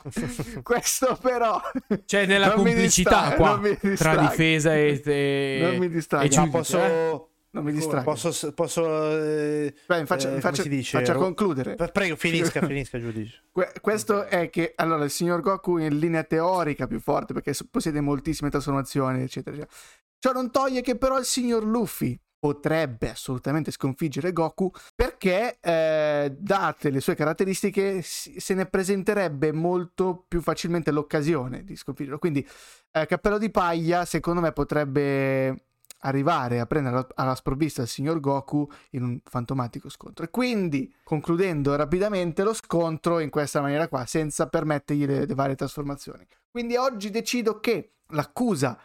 [SPEAKER 3] questo però...
[SPEAKER 2] C'è della
[SPEAKER 3] Non mi
[SPEAKER 2] Cioè, complicità
[SPEAKER 3] distrae,
[SPEAKER 2] qua
[SPEAKER 3] non mi
[SPEAKER 2] tra
[SPEAKER 3] distrae.
[SPEAKER 2] difesa e, e-
[SPEAKER 3] Non mi distrae.
[SPEAKER 2] e
[SPEAKER 3] No,
[SPEAKER 1] ma
[SPEAKER 2] giudice.
[SPEAKER 1] posso...
[SPEAKER 2] eh?
[SPEAKER 3] Non mi distraggo.
[SPEAKER 1] Posso... posso eh,
[SPEAKER 3] Beh, mi faccia,
[SPEAKER 1] eh, come
[SPEAKER 3] mi faccia-
[SPEAKER 1] si dice?
[SPEAKER 3] faccia
[SPEAKER 1] Ru-
[SPEAKER 3] concludere.
[SPEAKER 1] Prego, finisca, finisca, giudice.
[SPEAKER 3] Que- questo è che allora il signor Goku in linea teorica è più forte perché s- possiede moltissime trasformazioni, eccetera, eccetera. Ciò non toglie che però il signor Luffy potrebbe assolutamente sconfiggere Goku perché, eh, date le sue caratteristiche, si- se ne presenterebbe molto più facilmente l'occasione di sconfiggerlo. Quindi, eh, Cappello di Paglia, secondo me, potrebbe arrivare a prendere alla- alla sprovvista il signor Goku in un fantomatico scontro. E quindi, concludendo rapidamente lo scontro in questa maniera qua, senza permettergli le, le varie trasformazioni. Quindi oggi decido che l'accusa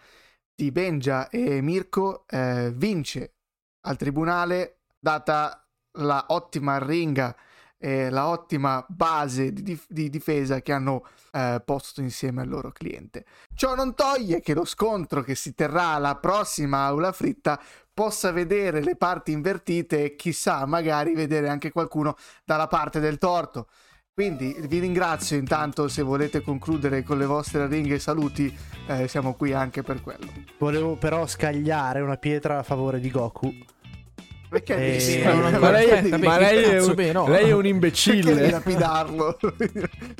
[SPEAKER 3] di Benja e Mirko eh, vince al tribunale, data la ottima ringa e la ottima base di, dif- di difesa che hanno eh, posto insieme al loro cliente. Ciò non toglie che lo scontro che si terrà alla prossima aula fritta possa vedere le parti invertite e chissà magari vedere anche qualcuno dalla parte del torto. Quindi vi ringrazio intanto se volete concludere con le vostre ringhe e saluti, eh, siamo qui anche per quello.
[SPEAKER 1] Volevo però scagliare una pietra a favore di Goku.
[SPEAKER 3] Perché
[SPEAKER 1] Eh,
[SPEAKER 3] devi-
[SPEAKER 1] sì,
[SPEAKER 2] Eh, non-
[SPEAKER 3] perché
[SPEAKER 4] ma lei,
[SPEAKER 2] aspetta,
[SPEAKER 3] devi-
[SPEAKER 2] beh,
[SPEAKER 4] ma
[SPEAKER 2] che
[SPEAKER 4] lei è
[SPEAKER 2] cazzo,
[SPEAKER 4] un,
[SPEAKER 2] beh,
[SPEAKER 4] lei
[SPEAKER 2] no.
[SPEAKER 4] è un
[SPEAKER 3] perché devi
[SPEAKER 4] imbecille.
[SPEAKER 3] lapidarlo?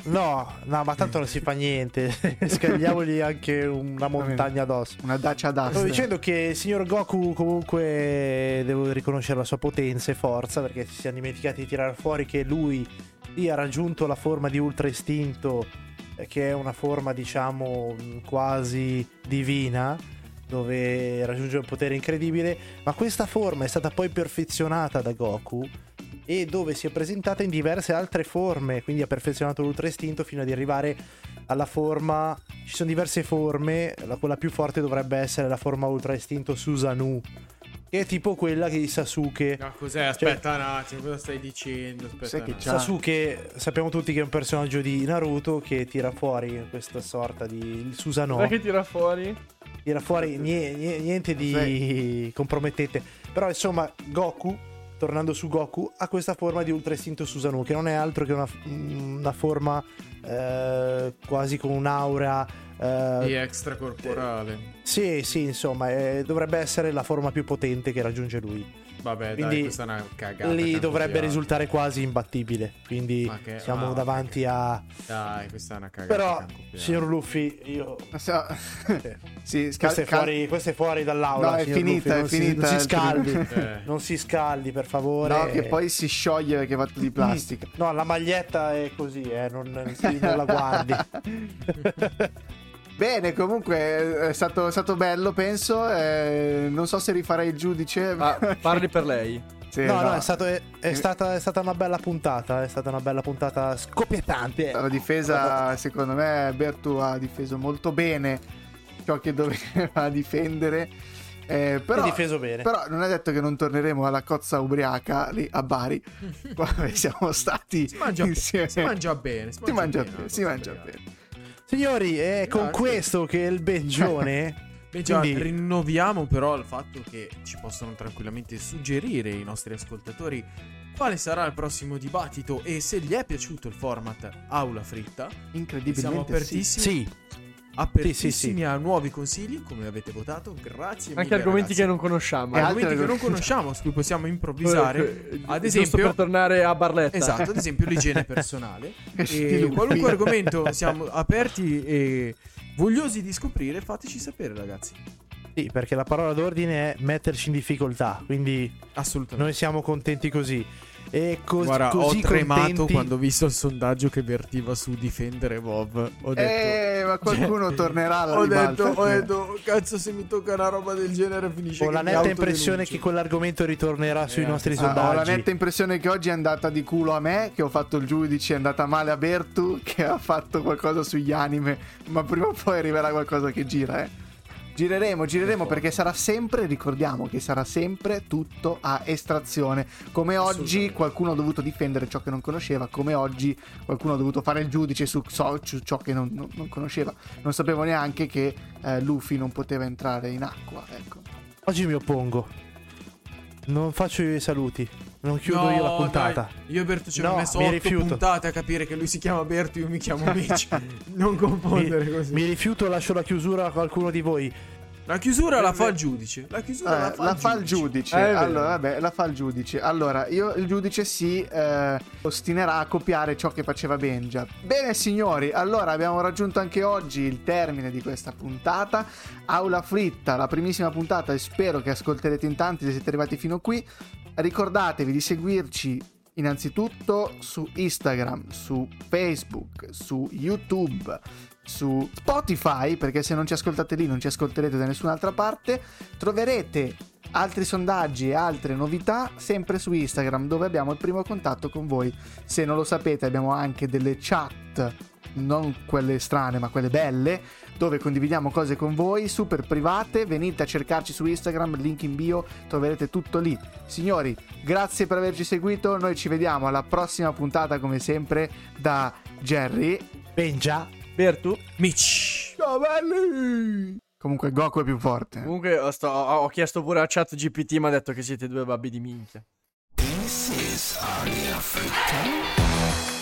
[SPEAKER 1] No, no, ma tanto non si fa niente. Scagliamogli anche una montagna addosso.
[SPEAKER 3] Una dacia
[SPEAKER 1] Sto
[SPEAKER 3] d'asta.
[SPEAKER 1] dicendo che il signor Goku comunque devo riconoscere la sua potenza e forza perché si siamo dimenticati di tirare fuori che lui lì ha raggiunto la forma di Ultra Istinto eh, che è una forma diciamo mh, quasi divina dove raggiunge un potere incredibile ma questa forma è stata poi perfezionata da Goku e dove si è presentata in diverse altre forme quindi ha perfezionato l'Ultra Istinto fino ad arrivare alla forma ci sono diverse forme, la- quella più forte dovrebbe essere la forma ultra istinto Susanoo, che è tipo quella che di Sasuke.
[SPEAKER 2] No, cos'è? Aspetta un attimo, cosa stai dicendo? Aspetta
[SPEAKER 3] Sai che
[SPEAKER 2] un
[SPEAKER 3] c'ha-
[SPEAKER 1] Sasuke sappiamo tutti che è un personaggio di Naruto che tira fuori questa sorta di il Susanoo,
[SPEAKER 4] Sai che tira fuori?
[SPEAKER 1] tira fuori
[SPEAKER 2] Certo.
[SPEAKER 1] nie- nie- niente di compromettente. Però insomma Goku, tornando su Goku, ha questa forma di ultra istinto Susanoo che non è altro che una, una forma eh, quasi con un'aura... eh,
[SPEAKER 2] E extracorporale.
[SPEAKER 1] sì, sì, insomma, eh, dovrebbe essere la forma più potente che raggiunge lui.
[SPEAKER 2] Vabbè,
[SPEAKER 1] Quindi
[SPEAKER 2] Eh, dai, questa è una cagata.
[SPEAKER 1] Lì
[SPEAKER 2] campo
[SPEAKER 1] dovrebbe
[SPEAKER 2] di
[SPEAKER 1] risultare quasi imbattibile. Quindi
[SPEAKER 2] Ma che-
[SPEAKER 1] siamo
[SPEAKER 2] ah,
[SPEAKER 1] davanti
[SPEAKER 2] ok.
[SPEAKER 1] a...
[SPEAKER 2] là. Dai, questa è una cagata.
[SPEAKER 1] Però,
[SPEAKER 2] campo di là.
[SPEAKER 1] signor Luffy, io...
[SPEAKER 3] Sì, scal-
[SPEAKER 1] Questo è,
[SPEAKER 3] Eh, cal-
[SPEAKER 1] fuori, questo è fuori dall'aula.
[SPEAKER 3] No, è
[SPEAKER 1] signor Luffy,
[SPEAKER 3] finita, è
[SPEAKER 1] non si-
[SPEAKER 3] finita
[SPEAKER 1] non
[SPEAKER 3] il-
[SPEAKER 1] si scaldi.
[SPEAKER 2] Eh,
[SPEAKER 1] Non si scaldi, per favore.
[SPEAKER 3] No, che poi si scioglie perché è fatto di plastica.
[SPEAKER 1] No, la maglietta è così, eh, non, non la guardi.
[SPEAKER 3] Bene, comunque è stato, è stato bello, penso. eh, non so se rifarei il giudice.
[SPEAKER 4] Ah, parli per lei.
[SPEAKER 3] Sì,
[SPEAKER 1] no, no, è, stato- è- è stata, è stata una bella puntata. È stata una bella puntata scoppiettante.
[SPEAKER 3] La difesa, secondo me, Bertu ha difeso molto bene ciò che doveva difendere. eh, però,
[SPEAKER 1] Hai difeso bene.
[SPEAKER 3] però non è detto che non torneremo alla cozza ubriaca lì a Bari, dove siamo stati
[SPEAKER 2] Si mangia,
[SPEAKER 3] insieme.
[SPEAKER 2] si mangia bene. Si
[SPEAKER 3] Si mangia
[SPEAKER 2] bene,
[SPEAKER 3] bene, si
[SPEAKER 2] la
[SPEAKER 3] mangia
[SPEAKER 2] cosa
[SPEAKER 3] bene.
[SPEAKER 1] Signori, è con
[SPEAKER 2] Grazie.
[SPEAKER 1] questo che il Bengione.
[SPEAKER 2] Beh, già,
[SPEAKER 1] Quindi-
[SPEAKER 2] rinnoviamo però il fatto che ci possono tranquillamente suggerire i nostri ascoltatori quale sarà il prossimo dibattito e se gli è piaciuto il format aula fritta. Siamo
[SPEAKER 3] Incredibilmente sì.
[SPEAKER 2] apertissimi,
[SPEAKER 1] sì,
[SPEAKER 2] apertissimi
[SPEAKER 1] Sì, sì, sì.
[SPEAKER 2] a nuovi consigli, come avete votato. Grazie
[SPEAKER 4] Anche argomenti che non conosciamo.
[SPEAKER 3] Eh,
[SPEAKER 2] argomenti
[SPEAKER 3] altri
[SPEAKER 2] che non
[SPEAKER 3] argomenti.
[SPEAKER 2] conosciamo, su cui possiamo improvvisare.
[SPEAKER 4] Eh, eh,
[SPEAKER 2] Ad
[SPEAKER 4] giusto
[SPEAKER 2] esempio-
[SPEAKER 4] per tornare a Barletta.
[SPEAKER 2] Esatto, ad esempio l'igiene personale.
[SPEAKER 3] Sti
[SPEAKER 2] e
[SPEAKER 3] lupi.
[SPEAKER 2] qualunque argomento siamo aperti e vogliosi di scoprire, fateci sapere ragazzi.
[SPEAKER 1] sì, perché la parola d'ordine è metterci in difficoltà. Quindi
[SPEAKER 2] Assolutamente.
[SPEAKER 1] noi siamo contenti così. E cos-
[SPEAKER 2] Guarda,
[SPEAKER 1] così
[SPEAKER 2] ho tremato
[SPEAKER 1] contenti-
[SPEAKER 2] quando ho visto il sondaggio che vertiva su difendere Bob. Ho detto, Eh.
[SPEAKER 3] Eh, ma qualcuno tornerà alla
[SPEAKER 2] ho detto,
[SPEAKER 3] ribalta. Eh.
[SPEAKER 2] ho detto, cazzo, se mi tocca una roba del genere finisce
[SPEAKER 1] Ho
[SPEAKER 2] che
[SPEAKER 1] la
[SPEAKER 2] mi
[SPEAKER 1] netta
[SPEAKER 2] autodenuncio."
[SPEAKER 1] impressione che quell'argomento ritornerà sui
[SPEAKER 2] Eh,
[SPEAKER 1] nostri
[SPEAKER 3] Ah, ho la
[SPEAKER 1] sondaggi.
[SPEAKER 3] netta impressione che oggi è andata di culo a me, che ho fatto il giudice, è andata male a Bertu, che ha fatto qualcosa sugli anime, ma prima o poi arriverà qualcosa che gira, eh. Gireremo, gireremo perché sarà sempre, ricordiamo che sarà sempre tutto a estrazione. Come oggi
[SPEAKER 2] Assolutamente.
[SPEAKER 3] qualcuno ha dovuto difendere ciò che non conosceva, come oggi qualcuno ha dovuto fare il giudice su, so- su ciò che non, non- non conosceva. Non sapevo neanche che eh, Luffy non poteva entrare in acqua, ecco.
[SPEAKER 1] Oggi mi oppongo. Non faccio io i saluti. Non chiudo
[SPEAKER 2] No,
[SPEAKER 1] io la puntata.
[SPEAKER 2] dai, Io e Berto ci
[SPEAKER 1] No,
[SPEAKER 2] abbiamo messo
[SPEAKER 1] mi
[SPEAKER 2] 8
[SPEAKER 1] rifiuto.
[SPEAKER 2] puntate a capire che lui si chiama Berto, io mi chiamo Mitch. non confondere così.
[SPEAKER 1] Mi rifiuto, lascio la chiusura a qualcuno di voi.
[SPEAKER 2] La chiusura la fa il giudice. La
[SPEAKER 3] Eh,
[SPEAKER 2] chiusura la fa, il, giudice.
[SPEAKER 3] giudice.
[SPEAKER 4] Eh, è vero.
[SPEAKER 3] allora, vabbè, la fa il giudice. Allora, io il giudice si eh, ostinerà a copiare ciò che faceva Benja. Bene, signori, allora abbiamo raggiunto anche oggi il termine di questa puntata. Aula fritta, la primissima puntata, e spero che ascolterete in tanti se siete arrivati fino qui. Ricordatevi di seguirci innanzitutto su Instagram, su Facebook, su YouTube, su Spotify, perché se non ci ascoltate lì non ci ascolterete da nessun'altra parte. Troverete altri sondaggi e altre novità sempre su Instagram dove abbiamo il primo contatto con voi. Se non lo sapete abbiamo anche delle chat, non quelle strane ma quelle belle, dove condividiamo cose con voi super private. Venite a cercarci su Instagram, link in bio, troverete tutto lì. Signori, grazie per averci seguito, noi ci vediamo alla prossima puntata come sempre da Jerry.
[SPEAKER 1] Benja.
[SPEAKER 4] Bertu.
[SPEAKER 2] Mitch.
[SPEAKER 4] Ciao belli.
[SPEAKER 3] Comunque Goku è più forte.
[SPEAKER 4] Comunque ho, sto- ho- ho chiesto pure a chat GPT, mi ha detto che siete due babbi di minchia.
[SPEAKER 5] This is Aria Fritta.